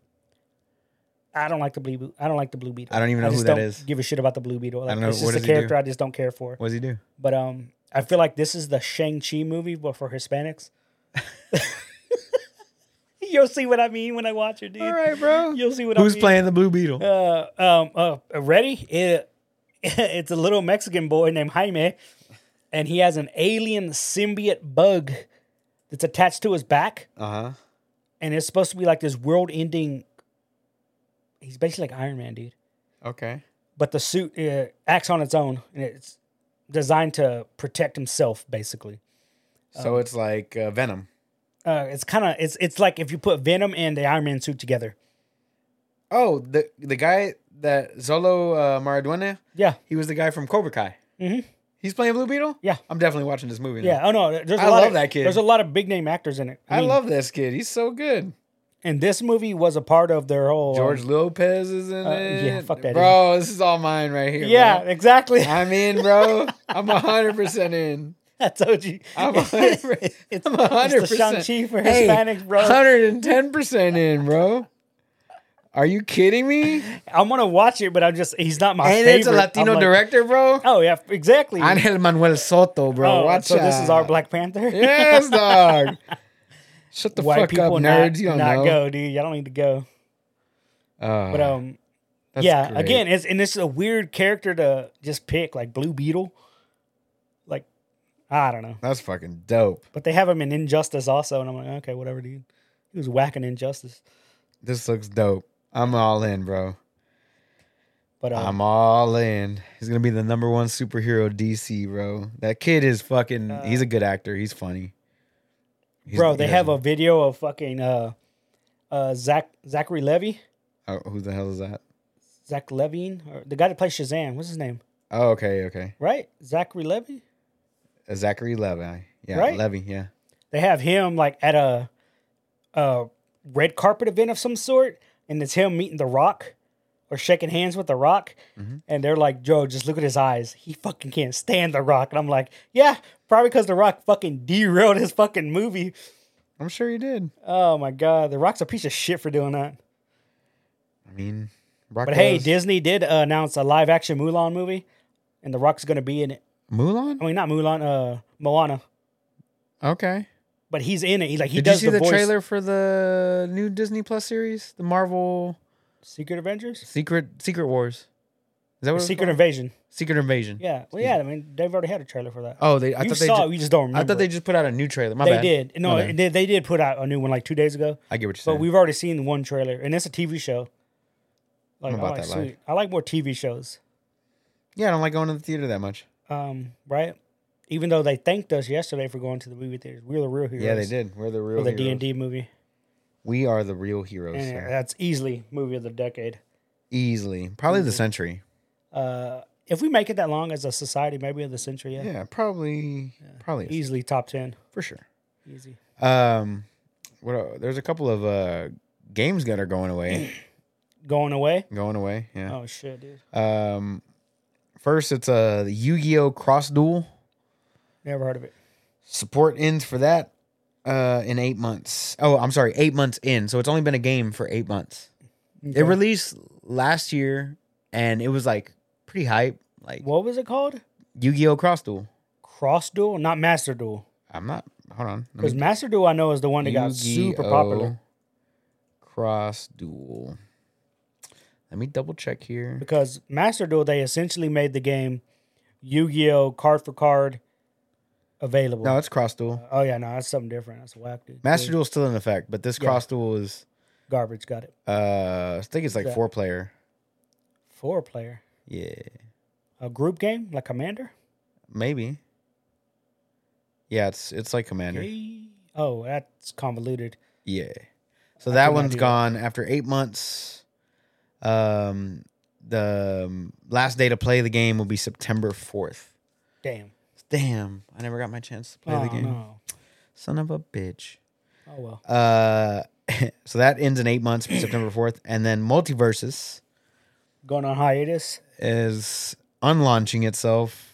[SPEAKER 2] I don't like the blue. I don't like the Blue Beetle.
[SPEAKER 1] I don't even know
[SPEAKER 2] just
[SPEAKER 1] who that
[SPEAKER 2] don't
[SPEAKER 1] is.
[SPEAKER 2] Give a shit about the Blue Beetle. Like,
[SPEAKER 1] don't know.
[SPEAKER 2] It's
[SPEAKER 1] What
[SPEAKER 2] just a
[SPEAKER 1] does he do?
[SPEAKER 2] character I just don't care for.
[SPEAKER 1] What does he do?
[SPEAKER 2] But um, I feel like this is the Shang Chi movie, but for Hispanics. You'll see what I mean when I watch it, dude.
[SPEAKER 1] All right, bro.
[SPEAKER 2] You'll see what I
[SPEAKER 1] Who's
[SPEAKER 2] mean.
[SPEAKER 1] playing the Blue Beetle?
[SPEAKER 2] Uh, um, uh, ready? It, it's a little Mexican boy named Jaime, and he has an alien symbiote bug that's attached to his back
[SPEAKER 1] Uh huh.
[SPEAKER 2] and it's supposed to be like this world ending. He's basically like Iron Man, dude.
[SPEAKER 1] Okay.
[SPEAKER 2] But the suit uh, acts on its own, and it's designed to protect himself, basically.
[SPEAKER 1] So
[SPEAKER 2] Um,
[SPEAKER 1] it's like uh, Venom.
[SPEAKER 2] Uh, it's kind of it's it's like if you put Venom and the Iron Man suit together.
[SPEAKER 1] Oh, the the guy that Zolo uh, Maraduena,
[SPEAKER 2] Yeah,
[SPEAKER 1] he was the guy from Cobra Kai.
[SPEAKER 2] Mhm.
[SPEAKER 1] He's playing Blue Beetle.
[SPEAKER 2] Yeah.
[SPEAKER 1] I'm definitely watching this movie. now.
[SPEAKER 2] yeah. Oh no, there's a
[SPEAKER 1] I
[SPEAKER 2] lot
[SPEAKER 1] love
[SPEAKER 2] of,
[SPEAKER 1] that kid.
[SPEAKER 2] There's a lot of big name actors in it.
[SPEAKER 1] I,
[SPEAKER 2] mean,
[SPEAKER 1] love this kid. He's so good.
[SPEAKER 2] And this movie was a part of their whole um,
[SPEAKER 1] George Lopez is in
[SPEAKER 2] uh,
[SPEAKER 1] it.
[SPEAKER 2] yeah, fuck that
[SPEAKER 1] bro. This is all mine right here.
[SPEAKER 2] yeah,
[SPEAKER 1] bro.
[SPEAKER 2] exactly.
[SPEAKER 1] I'm in, bro. I'm hundred percent in.
[SPEAKER 2] I told you.
[SPEAKER 1] I'm a hundred-
[SPEAKER 2] it's,
[SPEAKER 1] I'm hundred
[SPEAKER 2] it's the
[SPEAKER 1] percent.
[SPEAKER 2] Shang-Chi for Hispanics, bro.
[SPEAKER 1] Hundred and ten percent in, bro. Are you kidding me?
[SPEAKER 2] I'm gonna watch it, but I'm just he's not my
[SPEAKER 1] And
[SPEAKER 2] favorite.
[SPEAKER 1] it's a Latino
[SPEAKER 2] I'm like,
[SPEAKER 1] director, bro.
[SPEAKER 2] Oh yeah, exactly.
[SPEAKER 1] Angel Manuel Soto, bro.
[SPEAKER 2] Oh,
[SPEAKER 1] Watch
[SPEAKER 2] so this is our
[SPEAKER 1] out.
[SPEAKER 2] Black Panther.
[SPEAKER 1] Yes, dog. Shut the
[SPEAKER 2] White
[SPEAKER 1] fuck
[SPEAKER 2] people
[SPEAKER 1] up, nerds.
[SPEAKER 2] not,
[SPEAKER 1] you don't
[SPEAKER 2] not
[SPEAKER 1] know.
[SPEAKER 2] go, dude. Y'all don't need to go.
[SPEAKER 1] Uh,
[SPEAKER 2] But um,
[SPEAKER 1] that's
[SPEAKER 2] yeah.
[SPEAKER 1] great.
[SPEAKER 2] Again, it's and this is a weird character to just pick, like Blue Beetle. Like, I don't know.
[SPEAKER 1] that's fucking dope.
[SPEAKER 2] But they have him in Injustice also, and I'm like, okay, whatever, dude. He was whacking Injustice.
[SPEAKER 1] This looks dope. I'm all in, bro.
[SPEAKER 2] But um,
[SPEAKER 1] I'm uh, all in. He's gonna be the number one superhero DC, bro. That kid is fucking. he's a good actor. He's funny. He's-
[SPEAKER 2] bro,
[SPEAKER 1] he
[SPEAKER 2] they
[SPEAKER 1] has
[SPEAKER 2] have a video of fucking uh, uh Zach Zachary Levy,
[SPEAKER 1] Oh, who the hell is that?
[SPEAKER 2] Zach Levine, or the guy that plays Shazam. What's his name?
[SPEAKER 1] Oh, okay, okay.
[SPEAKER 2] Right, Zachary Levy.
[SPEAKER 1] Uh, Zachary Levi. Yeah,
[SPEAKER 2] Right?
[SPEAKER 1] Levy. Yeah.
[SPEAKER 2] they have him like at a a red carpet event of some sort, and it's him meeting The Rock or shaking hands with The Rock,
[SPEAKER 1] Mm-hmm.
[SPEAKER 2] and they're like, "Joe, just look at his eyes. He fucking can't stand The Rock." And I'm like, "Yeah, probably because The Rock fucking derailed his fucking movie."
[SPEAKER 1] I'm sure he did.
[SPEAKER 2] Oh my god, The Rock's a piece of shit for doing that.
[SPEAKER 1] I mean, Rock
[SPEAKER 2] But hey,
[SPEAKER 1] was-
[SPEAKER 2] Disney did uh, announce a live action Mulan movie, and The Rock's gonna be in it.
[SPEAKER 1] Mulan.
[SPEAKER 2] I mean, not Mulan, uh, Moana,
[SPEAKER 1] Okay.
[SPEAKER 2] but he's in it. He's like he
[SPEAKER 1] Did you
[SPEAKER 2] does
[SPEAKER 1] see
[SPEAKER 2] the,
[SPEAKER 1] the,
[SPEAKER 2] voice.
[SPEAKER 1] trailer for the new Disney Plus series, the Marvel
[SPEAKER 2] Secret Avengers,
[SPEAKER 1] Secret Secret Wars? Is that what Secret
[SPEAKER 2] Secret Invasion.
[SPEAKER 1] Secret Invasion?
[SPEAKER 2] Yeah, well, yeah. I mean, they've already had a trailer for that.
[SPEAKER 1] Oh, they. I
[SPEAKER 2] you
[SPEAKER 1] thought they.
[SPEAKER 2] saw
[SPEAKER 1] ju-
[SPEAKER 2] it, you just don't remember.
[SPEAKER 1] I thought they
[SPEAKER 2] it.
[SPEAKER 1] just put out a new trailer. My
[SPEAKER 2] they
[SPEAKER 1] bad.
[SPEAKER 2] did. No,
[SPEAKER 1] My bad.
[SPEAKER 2] they, they did put out a new one like two days ago,
[SPEAKER 1] I get what you're
[SPEAKER 2] but
[SPEAKER 1] saying.
[SPEAKER 2] we've already seen one trailer, and it's a TV show. Like,
[SPEAKER 1] about
[SPEAKER 2] I like
[SPEAKER 1] that life?
[SPEAKER 2] sweet. I like more TV shows,
[SPEAKER 1] yeah, I don't like going to the theater that much.
[SPEAKER 2] um, right? Even though they thanked us yesterday for going to the movie theaters, we're the real heroes.
[SPEAKER 1] Yeah, they did. We're the real
[SPEAKER 2] for the D
[SPEAKER 1] heroes.
[SPEAKER 2] and D movie,
[SPEAKER 1] We are the real heroes.
[SPEAKER 2] and
[SPEAKER 1] sir.
[SPEAKER 2] that's easily movie of the decade.
[SPEAKER 1] Easily, probably
[SPEAKER 2] Mm-hmm.
[SPEAKER 1] the century.
[SPEAKER 2] Uh, if we make it that long as a society, maybe of the century, yeah, E
[SPEAKER 1] Yeah, probably, probably is,
[SPEAKER 2] easily top ten,
[SPEAKER 1] for sure.
[SPEAKER 2] easy.
[SPEAKER 1] Um, what? el- There's a couple of uh games that are going away.
[SPEAKER 2] Going away?
[SPEAKER 1] going away. Yeah.
[SPEAKER 2] Oh shit, dude!
[SPEAKER 1] Um, first it's uh the Yu-Gi-Oh Cross Duel.
[SPEAKER 2] Never heard of it.
[SPEAKER 1] Support ends for that uh in eight months. Oh, I'm sorry, eight months in. So it's only been a game for eight months.
[SPEAKER 2] Okay.
[SPEAKER 1] It released last year, and it was like pretty hype. Like
[SPEAKER 2] What was it called?
[SPEAKER 1] Yu-Gi-Oh Cross Duel.
[SPEAKER 2] Cross Duel, not Master Duel.
[SPEAKER 1] I'm not. Hold on. Let me
[SPEAKER 2] Because Master Duel, I know, is the one that got super popular.
[SPEAKER 1] Cross Duel. Let me double check here.
[SPEAKER 2] Because Master Duel, they essentially made the game Yu Gi Oh! card for card available.
[SPEAKER 1] No, it's Cross Duel.
[SPEAKER 2] Oh, yeah, no, that's something different. That's whack, dude.
[SPEAKER 1] Master
[SPEAKER 2] Dude,
[SPEAKER 1] Duel's still in effect, but this
[SPEAKER 2] Yeah.
[SPEAKER 1] Cross Duel is
[SPEAKER 2] Garbage, got it.
[SPEAKER 1] uh I think it's like
[SPEAKER 2] Yeah.
[SPEAKER 1] four player.
[SPEAKER 2] Four player.
[SPEAKER 1] Yeah.
[SPEAKER 2] A group game, like Commander?
[SPEAKER 1] Maybe. Yeah, it's it's like Commander.
[SPEAKER 2] Yay. Oh, that's convoluted.
[SPEAKER 1] Yeah. So
[SPEAKER 2] I
[SPEAKER 1] that
[SPEAKER 2] could not
[SPEAKER 1] one's
[SPEAKER 2] do that.
[SPEAKER 1] gone after 8 months. Um the um, last day to play the game will be September 4th.
[SPEAKER 2] Damn.
[SPEAKER 1] Damn, I never got my chance to play
[SPEAKER 2] Oh,
[SPEAKER 1] the game.
[SPEAKER 2] no.
[SPEAKER 1] Son of a bitch.
[SPEAKER 2] Oh, well.
[SPEAKER 1] Uh, so that ends in eight months, September fourth, and then multiverses.
[SPEAKER 2] going on hiatus.
[SPEAKER 1] is unlaunching itself.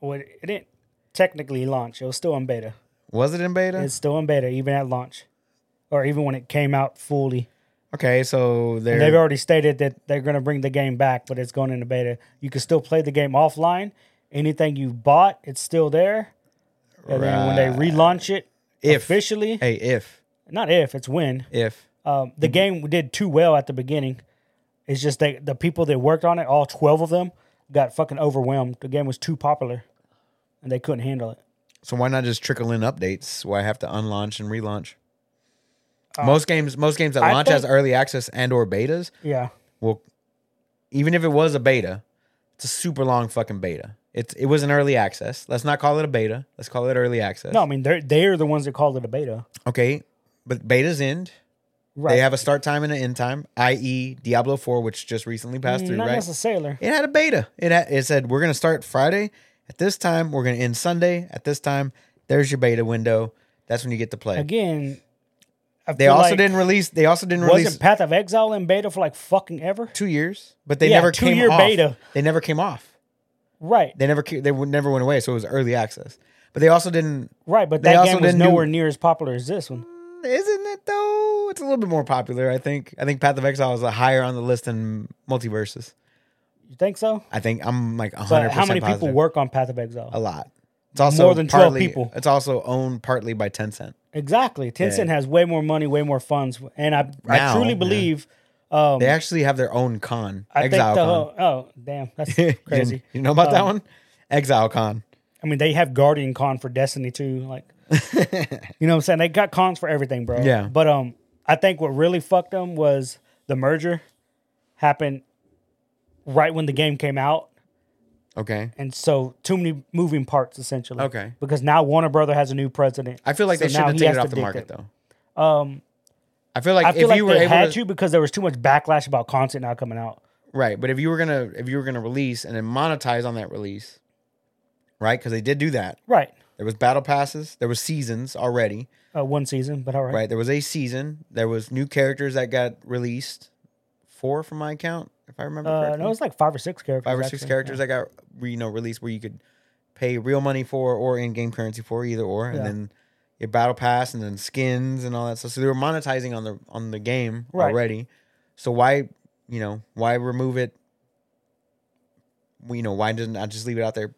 [SPEAKER 2] Well, it didn't technically launch. It was still in beta.
[SPEAKER 1] Was it in beta?
[SPEAKER 2] It's still in beta, even at launch, or even when it came out fully.
[SPEAKER 1] okay, so
[SPEAKER 2] And they've
[SPEAKER 1] they're
[SPEAKER 2] already stated that they're going to bring the game back, but it's going into beta. You can still play the game offline. Anything you bought, it's still there. And then when they relaunch it
[SPEAKER 1] If.
[SPEAKER 2] officially,
[SPEAKER 1] hey if
[SPEAKER 2] not if, it's when.
[SPEAKER 1] if
[SPEAKER 2] Um,
[SPEAKER 1] Mm-hmm.
[SPEAKER 2] the game did too well at the beginning. It's just that the people that worked on it, all 12 of them, got fucking overwhelmed. The game was too popular and they couldn't handle it.
[SPEAKER 1] so why not just trickle in updates? Why have to unlaunch and relaunch? most games, most games that
[SPEAKER 2] Uh, I
[SPEAKER 1] launch as
[SPEAKER 2] think-
[SPEAKER 1] early access and or betas
[SPEAKER 2] Yeah.
[SPEAKER 1] will, even if it was a beta, it's a super long fucking beta. It's it was an early access. Let's not call it a beta. Let's call it early access.
[SPEAKER 2] No, I mean, they're, they're the ones that called it a beta.
[SPEAKER 1] Okay, but betas end.
[SPEAKER 2] Right.
[SPEAKER 1] They have a start time and an end time, i.e., Diablo Four, which just recently passed through.
[SPEAKER 2] Mm, Not
[SPEAKER 1] right?
[SPEAKER 2] necessarily.
[SPEAKER 1] It had a beta. It had, it said we're going to start Friday at this time. We're going to end Sunday at this time. There's your beta window. That's when you get to play.
[SPEAKER 2] Again, I
[SPEAKER 1] They
[SPEAKER 2] feel
[SPEAKER 1] also
[SPEAKER 2] like-
[SPEAKER 1] didn't release. They also didn't
[SPEAKER 2] Wasn't
[SPEAKER 1] release
[SPEAKER 2] Path of Exile in beta for like fucking ever?
[SPEAKER 1] two years, but they
[SPEAKER 2] Yeah,
[SPEAKER 1] never came
[SPEAKER 2] two-year
[SPEAKER 1] off.
[SPEAKER 2] beta.
[SPEAKER 1] They never came off.
[SPEAKER 2] Right,
[SPEAKER 1] They never ca- they would- never went away. So it was early access. But they also didn't.
[SPEAKER 2] right. But
[SPEAKER 1] They
[SPEAKER 2] that
[SPEAKER 1] also
[SPEAKER 2] game was
[SPEAKER 1] didn't do-
[SPEAKER 2] nowhere near as popular as this one.
[SPEAKER 1] Isn't it though? It's a little bit more popular. I think. I think Path of Exile is a higher on the list than Multiverses.
[SPEAKER 2] You think so?
[SPEAKER 1] I think I'm like 100.
[SPEAKER 2] But how many
[SPEAKER 1] positive. Oh.
[SPEAKER 2] people work on Path of
[SPEAKER 1] A
[SPEAKER 2] Exile?
[SPEAKER 1] lot. It's also
[SPEAKER 2] More than 12
[SPEAKER 1] partly-
[SPEAKER 2] people.
[SPEAKER 1] It's also owned partly by Tencent.
[SPEAKER 2] Exactly. Tencent has way more money, way more funds, and I I
[SPEAKER 1] Now,
[SPEAKER 2] truly
[SPEAKER 1] yeah.
[SPEAKER 2] believe. Um,
[SPEAKER 1] They actually have their own con.
[SPEAKER 2] I think
[SPEAKER 1] Exile
[SPEAKER 2] the
[SPEAKER 1] con.
[SPEAKER 2] whole, oh damn that's
[SPEAKER 1] You-
[SPEAKER 2] crazy.
[SPEAKER 1] You, know about that
[SPEAKER 2] Um,
[SPEAKER 1] one? Exile con.
[SPEAKER 2] I mean, they have Guardian Con for Destiny too. Like, you know what I'm saying? They got cons for everything, bro.
[SPEAKER 1] Yeah.
[SPEAKER 2] But um, I think what really fucked them was the merger happened right when the game came out,
[SPEAKER 1] Okay.
[SPEAKER 2] and so too many moving parts essentially.
[SPEAKER 1] Okay.
[SPEAKER 2] Because now Warner Brother has a new president.
[SPEAKER 1] I feel like
[SPEAKER 2] So
[SPEAKER 1] they
[SPEAKER 2] now
[SPEAKER 1] should have
[SPEAKER 2] he
[SPEAKER 1] taken
[SPEAKER 2] has
[SPEAKER 1] it
[SPEAKER 2] to
[SPEAKER 1] off the
[SPEAKER 2] dick
[SPEAKER 1] market
[SPEAKER 2] it.
[SPEAKER 1] though.
[SPEAKER 2] Um,
[SPEAKER 1] I feel like
[SPEAKER 2] I feel
[SPEAKER 1] if
[SPEAKER 2] like
[SPEAKER 1] you were
[SPEAKER 2] they
[SPEAKER 1] able
[SPEAKER 2] had
[SPEAKER 1] to,
[SPEAKER 2] to because there was too much backlash about content not coming out.
[SPEAKER 1] right, but if you were gonna if you were gonna release and then monetize on that release, right? Because they did do that.
[SPEAKER 2] Right.
[SPEAKER 1] There was battle passes. There was seasons already.
[SPEAKER 2] Uh, one season, but all right.
[SPEAKER 1] Right. There was a season. There was new characters that got released. Four from my account, if I remember
[SPEAKER 2] Uh,
[SPEAKER 1] correctly.
[SPEAKER 2] no, it's like five or six characters.
[SPEAKER 1] five or six
[SPEAKER 2] actually.
[SPEAKER 1] characters that got you know released where you could pay real money for or in game currency for either or, and
[SPEAKER 2] Yeah.
[SPEAKER 1] then your battle pass and then skins and all that stuff. So they were monetizing on the on the game
[SPEAKER 2] Right.
[SPEAKER 1] already. So why you know why remove it? Well, You know why didn't I just leave it out there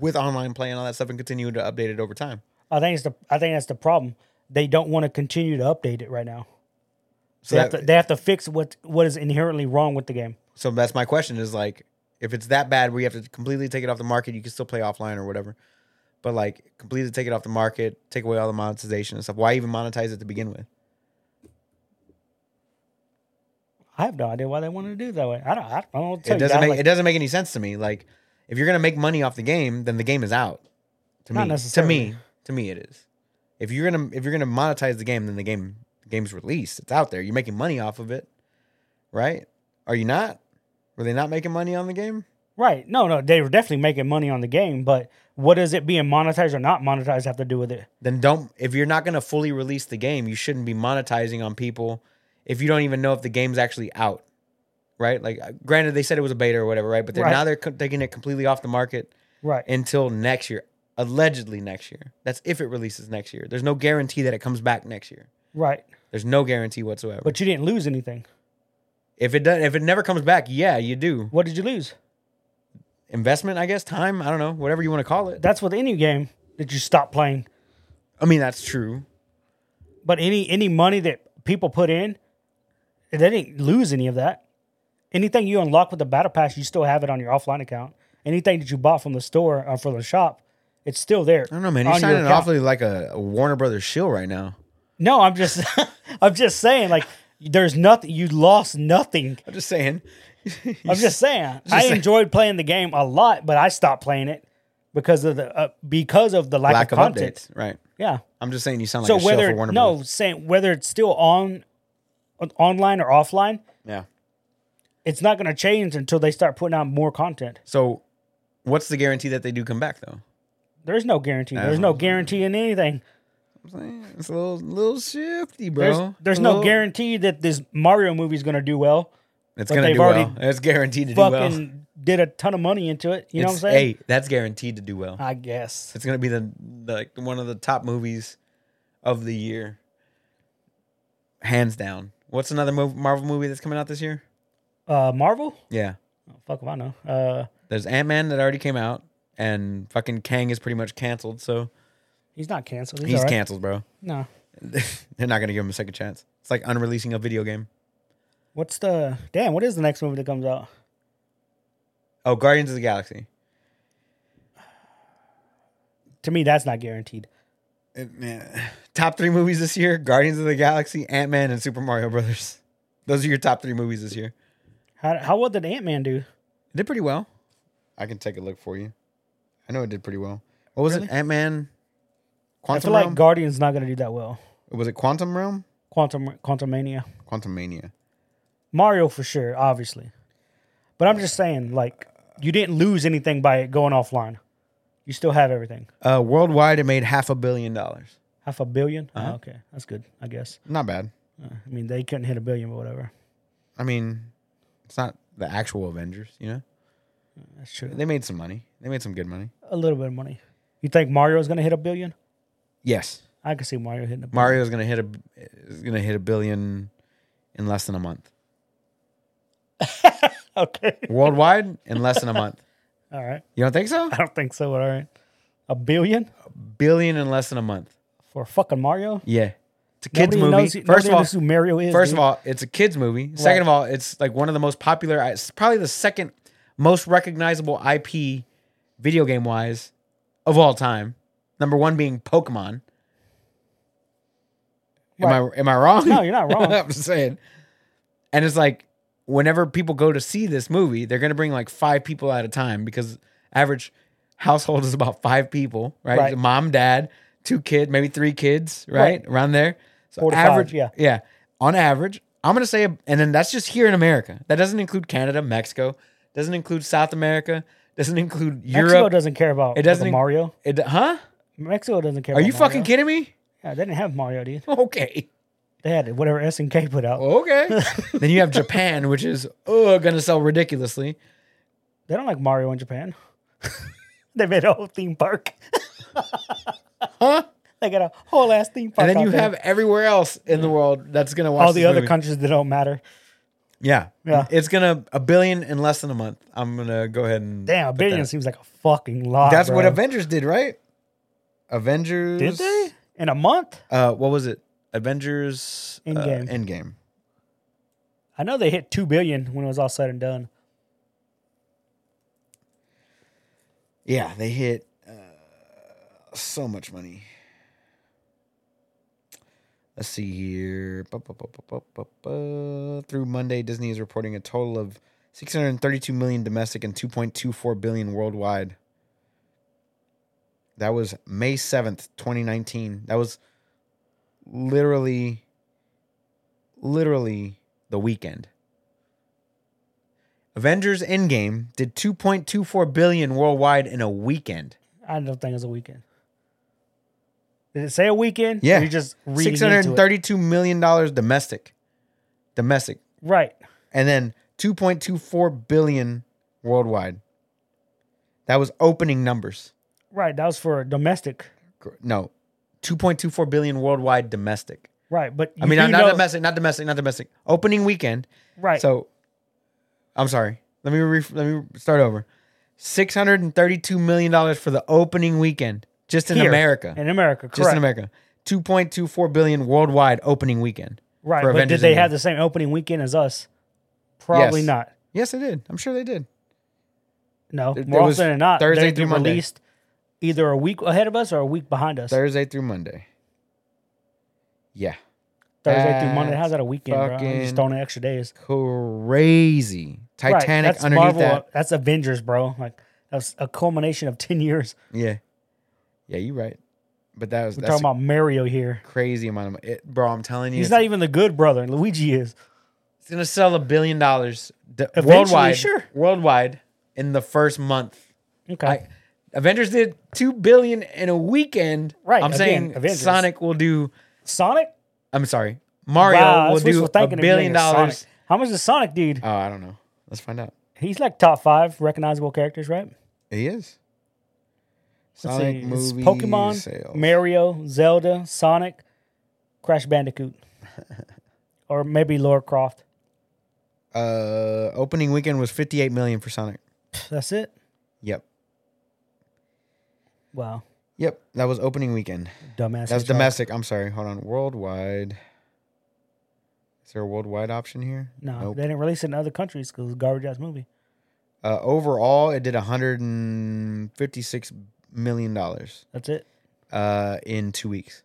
[SPEAKER 1] with online play and all that stuff and continue to update it over time?
[SPEAKER 2] I think it's the I think that's the problem. They don't want to continue to update it right now.
[SPEAKER 1] So
[SPEAKER 2] they, have
[SPEAKER 1] that-
[SPEAKER 2] to, they have to fix what what is inherently wrong with the game.
[SPEAKER 1] So that's my question is like, if it's that bad where you have to completely take it off the market, you can still play offline or whatever. But like, completely take it off the market, take away all the monetization and stuff. Why even monetize it to begin with?
[SPEAKER 2] I have no idea why they wanted to do it that way. I don't. I don't know what to tell
[SPEAKER 1] It
[SPEAKER 2] you,
[SPEAKER 1] doesn't
[SPEAKER 2] guys.
[SPEAKER 1] make
[SPEAKER 2] Like,
[SPEAKER 1] it doesn't make any sense to me. Like, if you're gonna make money off the game, then the game is out. To
[SPEAKER 2] Not
[SPEAKER 1] me,
[SPEAKER 2] necessarily.
[SPEAKER 1] to me, to me, it is. If you're gonna if you're gonna monetize the game, then the game the game's released. It's out there. You're making money off of it, right? Are you not? Were they not making money on the game?
[SPEAKER 2] right? No, no. They were definitely making money on the game, but what does it being monetized or not monetized have to do with it?
[SPEAKER 1] then don't if you're not going to fully release the game you shouldn't be monetizing on people if you don't even know if the game's actually out right like uh, granted they said it was a beta or whatever right but they're,
[SPEAKER 2] Right.
[SPEAKER 1] now they're co- taking it completely off the market
[SPEAKER 2] Right.
[SPEAKER 1] until next year allegedly next year that's if it releases next year there's no guarantee that it comes back next year
[SPEAKER 2] Right.
[SPEAKER 1] there's no guarantee whatsoever
[SPEAKER 2] But you didn't lose anything.
[SPEAKER 1] if it does if it never comes back yeah you do
[SPEAKER 2] What did you lose?
[SPEAKER 1] investment i guess time i don't know whatever you want to call it
[SPEAKER 2] That's with any game that you stop playing.
[SPEAKER 1] i mean that's true
[SPEAKER 2] But any any money that people put in, they didn't lose any of that. Anything you unlock with the battle pass, you still have it on your offline account. Anything that you bought from the store or from the shop, it's still there.
[SPEAKER 1] i don't know man you're
[SPEAKER 2] on your
[SPEAKER 1] sounding
[SPEAKER 2] account.
[SPEAKER 1] awfully like a, a warner brothers shill right now
[SPEAKER 2] No, I'm just I'm just saying like there's nothing you lost nothing.
[SPEAKER 1] i'm just saying
[SPEAKER 2] I'm just saying I
[SPEAKER 1] saying.
[SPEAKER 2] enjoyed playing the game a lot, but I stopped playing it because of the uh, because of the lack,
[SPEAKER 1] lack
[SPEAKER 2] of
[SPEAKER 1] of
[SPEAKER 2] content.
[SPEAKER 1] updates right
[SPEAKER 2] Yeah.
[SPEAKER 1] I'm just saying you sound like a
[SPEAKER 2] so
[SPEAKER 1] whether,
[SPEAKER 2] whether
[SPEAKER 1] for Warner
[SPEAKER 2] no
[SPEAKER 1] Brothers.
[SPEAKER 2] saying whether it's still on on- online or offline,
[SPEAKER 1] Yeah.
[SPEAKER 2] it's not going to change until they start putting out more content.
[SPEAKER 1] So what's the guarantee that they do come back though?
[SPEAKER 2] There's no guarantee. There's no guarantee in anything.
[SPEAKER 1] I'm saying it's a little little shifty, bro.
[SPEAKER 2] There's, there's
[SPEAKER 1] A
[SPEAKER 2] no
[SPEAKER 1] little-
[SPEAKER 2] guarantee that this Mario movie is going to do well.
[SPEAKER 1] It's
[SPEAKER 2] But
[SPEAKER 1] gonna
[SPEAKER 2] they've
[SPEAKER 1] do well.
[SPEAKER 2] already
[SPEAKER 1] It's guaranteed to do well.
[SPEAKER 2] Fucking did a ton of money into it. You know what I'm
[SPEAKER 1] It's-
[SPEAKER 2] saying? Uh,
[SPEAKER 1] Hey, that's guaranteed to do well.
[SPEAKER 2] I guess.
[SPEAKER 1] It's gonna be the like one of the top movies of the year, hands down. What's another mov- Marvel movie that's coming out this year?
[SPEAKER 2] Uh, Marvel?
[SPEAKER 1] Yeah,
[SPEAKER 2] Oh, fuck if I know. Uh,
[SPEAKER 1] there's Ant Man that already came out, and fucking Kang is pretty much canceled. So
[SPEAKER 2] he's not canceled. He's,
[SPEAKER 1] he's
[SPEAKER 2] all right.
[SPEAKER 1] canceled, bro.
[SPEAKER 2] No.
[SPEAKER 1] They're not gonna give him a second chance. It's like unreleasing a video game.
[SPEAKER 2] What's the damn? What is the next movie that comes out?
[SPEAKER 1] Oh, Guardians of the Galaxy.
[SPEAKER 2] To me, that's not guaranteed.
[SPEAKER 1] It- eh. Top three movies this year: Guardians of the Galaxy, Ant Man, and Super Mario Brothers. Those are your top three movies this year.
[SPEAKER 2] How how well did Ant Man do?
[SPEAKER 1] It did pretty well. I can take a look for you. I know it did pretty well. What was
[SPEAKER 2] Really?
[SPEAKER 1] it? Ant Man.
[SPEAKER 2] I feel
[SPEAKER 1] Quantum
[SPEAKER 2] like
[SPEAKER 1] Realm.
[SPEAKER 2] Guardian's not gonna do that well.
[SPEAKER 1] was it Quantum Realm?
[SPEAKER 2] Quantum Quantum Mania.
[SPEAKER 1] Quantum Mania.
[SPEAKER 2] Mario for sure, obviously. But I'm just saying, like, you didn't lose anything by it going offline. You still have everything.
[SPEAKER 1] Uh, worldwide, it made half a billion dollars.
[SPEAKER 2] Half a 1000000000
[SPEAKER 1] Uh-huh.
[SPEAKER 2] Oh, okay, that's good, I guess.
[SPEAKER 1] Not bad.
[SPEAKER 2] Uh, I mean, they couldn't hit a billion, but whatever.
[SPEAKER 1] I mean, it's not the actual Avengers. You know,
[SPEAKER 2] That's true.
[SPEAKER 1] they made some money. They made some good money.
[SPEAKER 2] A little bit of money. You think Mario's gonna hit a billion?
[SPEAKER 1] Yes,
[SPEAKER 2] I could see Mario hitting a billion.
[SPEAKER 1] Mario's gonna hit a is gonna hit a billion in less than a month.
[SPEAKER 2] okay.
[SPEAKER 1] Worldwide, in less than a month.
[SPEAKER 2] All right.
[SPEAKER 1] You don't think so?
[SPEAKER 2] I don't think so. but All right. A billion
[SPEAKER 1] Billion in less than a month.
[SPEAKER 2] for fucking Mario?
[SPEAKER 1] Yeah, it's a kids
[SPEAKER 2] Nobody
[SPEAKER 1] movie.
[SPEAKER 2] Knows,
[SPEAKER 1] First of all,
[SPEAKER 2] who Mario is.
[SPEAKER 1] First
[SPEAKER 2] dude.
[SPEAKER 1] of all, it's a kids movie. Second of all, it's like one of the most popular. It's probably the second most recognizable IP, video game wise, of all time. Number one being Pokemon. Am I am I wrong?
[SPEAKER 2] No, you're not wrong.
[SPEAKER 1] I'm just saying. And it's like whenever people go to see this movie, they're gonna bring like five people at a time because average household is about five people, right?
[SPEAKER 2] Right.
[SPEAKER 1] Mom, dad, two kid, maybe three kids, right?
[SPEAKER 2] Right.
[SPEAKER 1] Around there. So
[SPEAKER 2] Four to five,
[SPEAKER 1] average,
[SPEAKER 2] yeah.
[SPEAKER 1] yeah. On average, I'm gonna say, and then that's just here in America. That doesn't include Canada, Mexico, doesn't include South America, doesn't include Europe.
[SPEAKER 2] Mexico doesn't care about
[SPEAKER 1] It doesn't-
[SPEAKER 2] fucking Mario.
[SPEAKER 1] It- huh?
[SPEAKER 2] Mexico doesn't care.
[SPEAKER 1] Are
[SPEAKER 2] about
[SPEAKER 1] you fucking
[SPEAKER 2] Mario.
[SPEAKER 1] kidding me?
[SPEAKER 2] Yeah, they didn't have Mario, dude.
[SPEAKER 1] Okay.
[SPEAKER 2] They had whatever S and K put out.
[SPEAKER 1] Okay. then you have Japan, which is oh gonna sell ridiculously.
[SPEAKER 2] They don't like Mario in Japan. they made a whole theme park.
[SPEAKER 1] Huh?
[SPEAKER 2] They got a whole ass theme park.
[SPEAKER 1] And then
[SPEAKER 2] out
[SPEAKER 1] you
[SPEAKER 2] there.
[SPEAKER 1] have everywhere else in the world that's gonna watch
[SPEAKER 2] all the
[SPEAKER 1] this
[SPEAKER 2] other
[SPEAKER 1] movie.
[SPEAKER 2] countries that don't matter.
[SPEAKER 1] Yeah,
[SPEAKER 2] Yeah.
[SPEAKER 1] It's gonna a billion in less than a month. I'm gonna go ahead and
[SPEAKER 2] Damn, a
[SPEAKER 1] put
[SPEAKER 2] billion
[SPEAKER 1] that.
[SPEAKER 2] seems like a fucking lot.
[SPEAKER 1] That's what
[SPEAKER 2] bro.
[SPEAKER 1] Avengers did, right? Avengers
[SPEAKER 2] did they in a month?
[SPEAKER 1] Uh, what was it? Avengers uh,
[SPEAKER 2] Endgame.
[SPEAKER 1] Endgame.
[SPEAKER 2] I know they hit two billion when it was all said and done.
[SPEAKER 1] Yeah, they hit uh, so much money. Let's see here. Ba, ba, ba, ba, ba, ba, ba. Through Monday, Disney is reporting a total of 632 million domestic and 2.24 billion worldwide. That was May 7th, 2019. That was literally literally the weekend. Avengers Endgame did 2.24 billion worldwide in a weekend.
[SPEAKER 2] I don't think it was a weekend. Did it say a weekend?
[SPEAKER 1] Yeah.
[SPEAKER 2] you just reading
[SPEAKER 1] Six
[SPEAKER 2] into it?
[SPEAKER 1] hundred thirty-two million dollars domestic, domestic,
[SPEAKER 2] Right.
[SPEAKER 1] and then 2.24 billion worldwide. That was opening numbers.
[SPEAKER 2] Right. That was for domestic.
[SPEAKER 1] Gr- No, 2.24 billion worldwide domestic.
[SPEAKER 2] Right. But you
[SPEAKER 1] I mean,
[SPEAKER 2] do
[SPEAKER 1] not, not
[SPEAKER 2] know-
[SPEAKER 1] domestic, not domestic, not domestic. Opening weekend.
[SPEAKER 2] Right.
[SPEAKER 1] So, I'm sorry. Let me re- let me start over. Six hundred and thirty-two million dollars for the opening weekend, just in
[SPEAKER 2] Here.
[SPEAKER 1] America,
[SPEAKER 2] in America, correct.
[SPEAKER 1] just in America. Two point two four billion worldwide opening weekend.
[SPEAKER 2] Right.
[SPEAKER 1] for
[SPEAKER 2] But
[SPEAKER 1] Avengers
[SPEAKER 2] did they
[SPEAKER 1] Endgame.
[SPEAKER 2] have the same opening weekend as us? Probably
[SPEAKER 1] Yes.
[SPEAKER 2] not.
[SPEAKER 1] Yes, they did. I'm sure they did.
[SPEAKER 2] No.
[SPEAKER 1] There-
[SPEAKER 2] More
[SPEAKER 1] there
[SPEAKER 2] often
[SPEAKER 1] was
[SPEAKER 2] than not,
[SPEAKER 1] Thursday
[SPEAKER 2] Thursday
[SPEAKER 1] through
[SPEAKER 2] they're
[SPEAKER 1] Monday.
[SPEAKER 2] released either a week ahead of us or a week behind us.
[SPEAKER 1] Thursday through Monday. Yeah,
[SPEAKER 2] Thursday through Monday. How's that a weekend, bro? I'm
[SPEAKER 1] fucking-
[SPEAKER 2] just throwing an extra days.
[SPEAKER 1] crazy.
[SPEAKER 2] Right,
[SPEAKER 1] Titanic
[SPEAKER 2] that's
[SPEAKER 1] underneath
[SPEAKER 2] Marvel,
[SPEAKER 1] that.
[SPEAKER 2] That's Avengers, bro. Like that's a culmination of ten years.
[SPEAKER 1] Yeah, yeah, you're right. But that was
[SPEAKER 2] We're
[SPEAKER 1] that's
[SPEAKER 2] talking about Mario here.
[SPEAKER 1] a crazy amount of it, bro. I'm telling you,
[SPEAKER 2] He's
[SPEAKER 1] it's-
[SPEAKER 2] not even the good brother. Luigi is.
[SPEAKER 1] It's gonna sell a billion dollars d-
[SPEAKER 2] Eventually,
[SPEAKER 1] worldwide.
[SPEAKER 2] sure.
[SPEAKER 1] Worldwide in the first month.
[SPEAKER 2] Okay.
[SPEAKER 1] I, Avengers did two billion in a weekend.
[SPEAKER 2] Right,
[SPEAKER 1] I'm
[SPEAKER 2] again,
[SPEAKER 1] saying
[SPEAKER 2] Avengers.
[SPEAKER 1] Sonic will do.
[SPEAKER 2] Sonic?
[SPEAKER 1] I'm sorry, Mario
[SPEAKER 2] Wow,
[SPEAKER 1] will
[SPEAKER 2] that's wishful
[SPEAKER 1] do a
[SPEAKER 2] thinking if you
[SPEAKER 1] billion
[SPEAKER 2] think of
[SPEAKER 1] dollars
[SPEAKER 2] Sonic. How much is Sonic, dude?
[SPEAKER 1] Oh, I don't know. Let's find out.
[SPEAKER 2] He's like top five recognizable characters, right?
[SPEAKER 1] He is.
[SPEAKER 2] Let's
[SPEAKER 1] Sonic
[SPEAKER 2] see, it's
[SPEAKER 1] movie
[SPEAKER 2] Pokemon,
[SPEAKER 1] sales.
[SPEAKER 2] Mario, Zelda, Sonic, Crash Bandicoot, or maybe Laura Croft.
[SPEAKER 1] uh, opening weekend was 58 million for Sonic.
[SPEAKER 2] That's it.
[SPEAKER 1] Yep.
[SPEAKER 2] Wow,
[SPEAKER 1] Yep. That was opening weekend.
[SPEAKER 2] dumbass.
[SPEAKER 1] That's
[SPEAKER 2] Hitchcock.
[SPEAKER 1] domestic. I'm sorry. Hold on. Worldwide. Is there a worldwide option here?
[SPEAKER 2] No,
[SPEAKER 1] Nope.
[SPEAKER 2] they didn't release it in other countries because it's a garbage ass movie.
[SPEAKER 1] Uh, overall, it did 156 million dollars
[SPEAKER 2] That's it.
[SPEAKER 1] uh, in two weeks.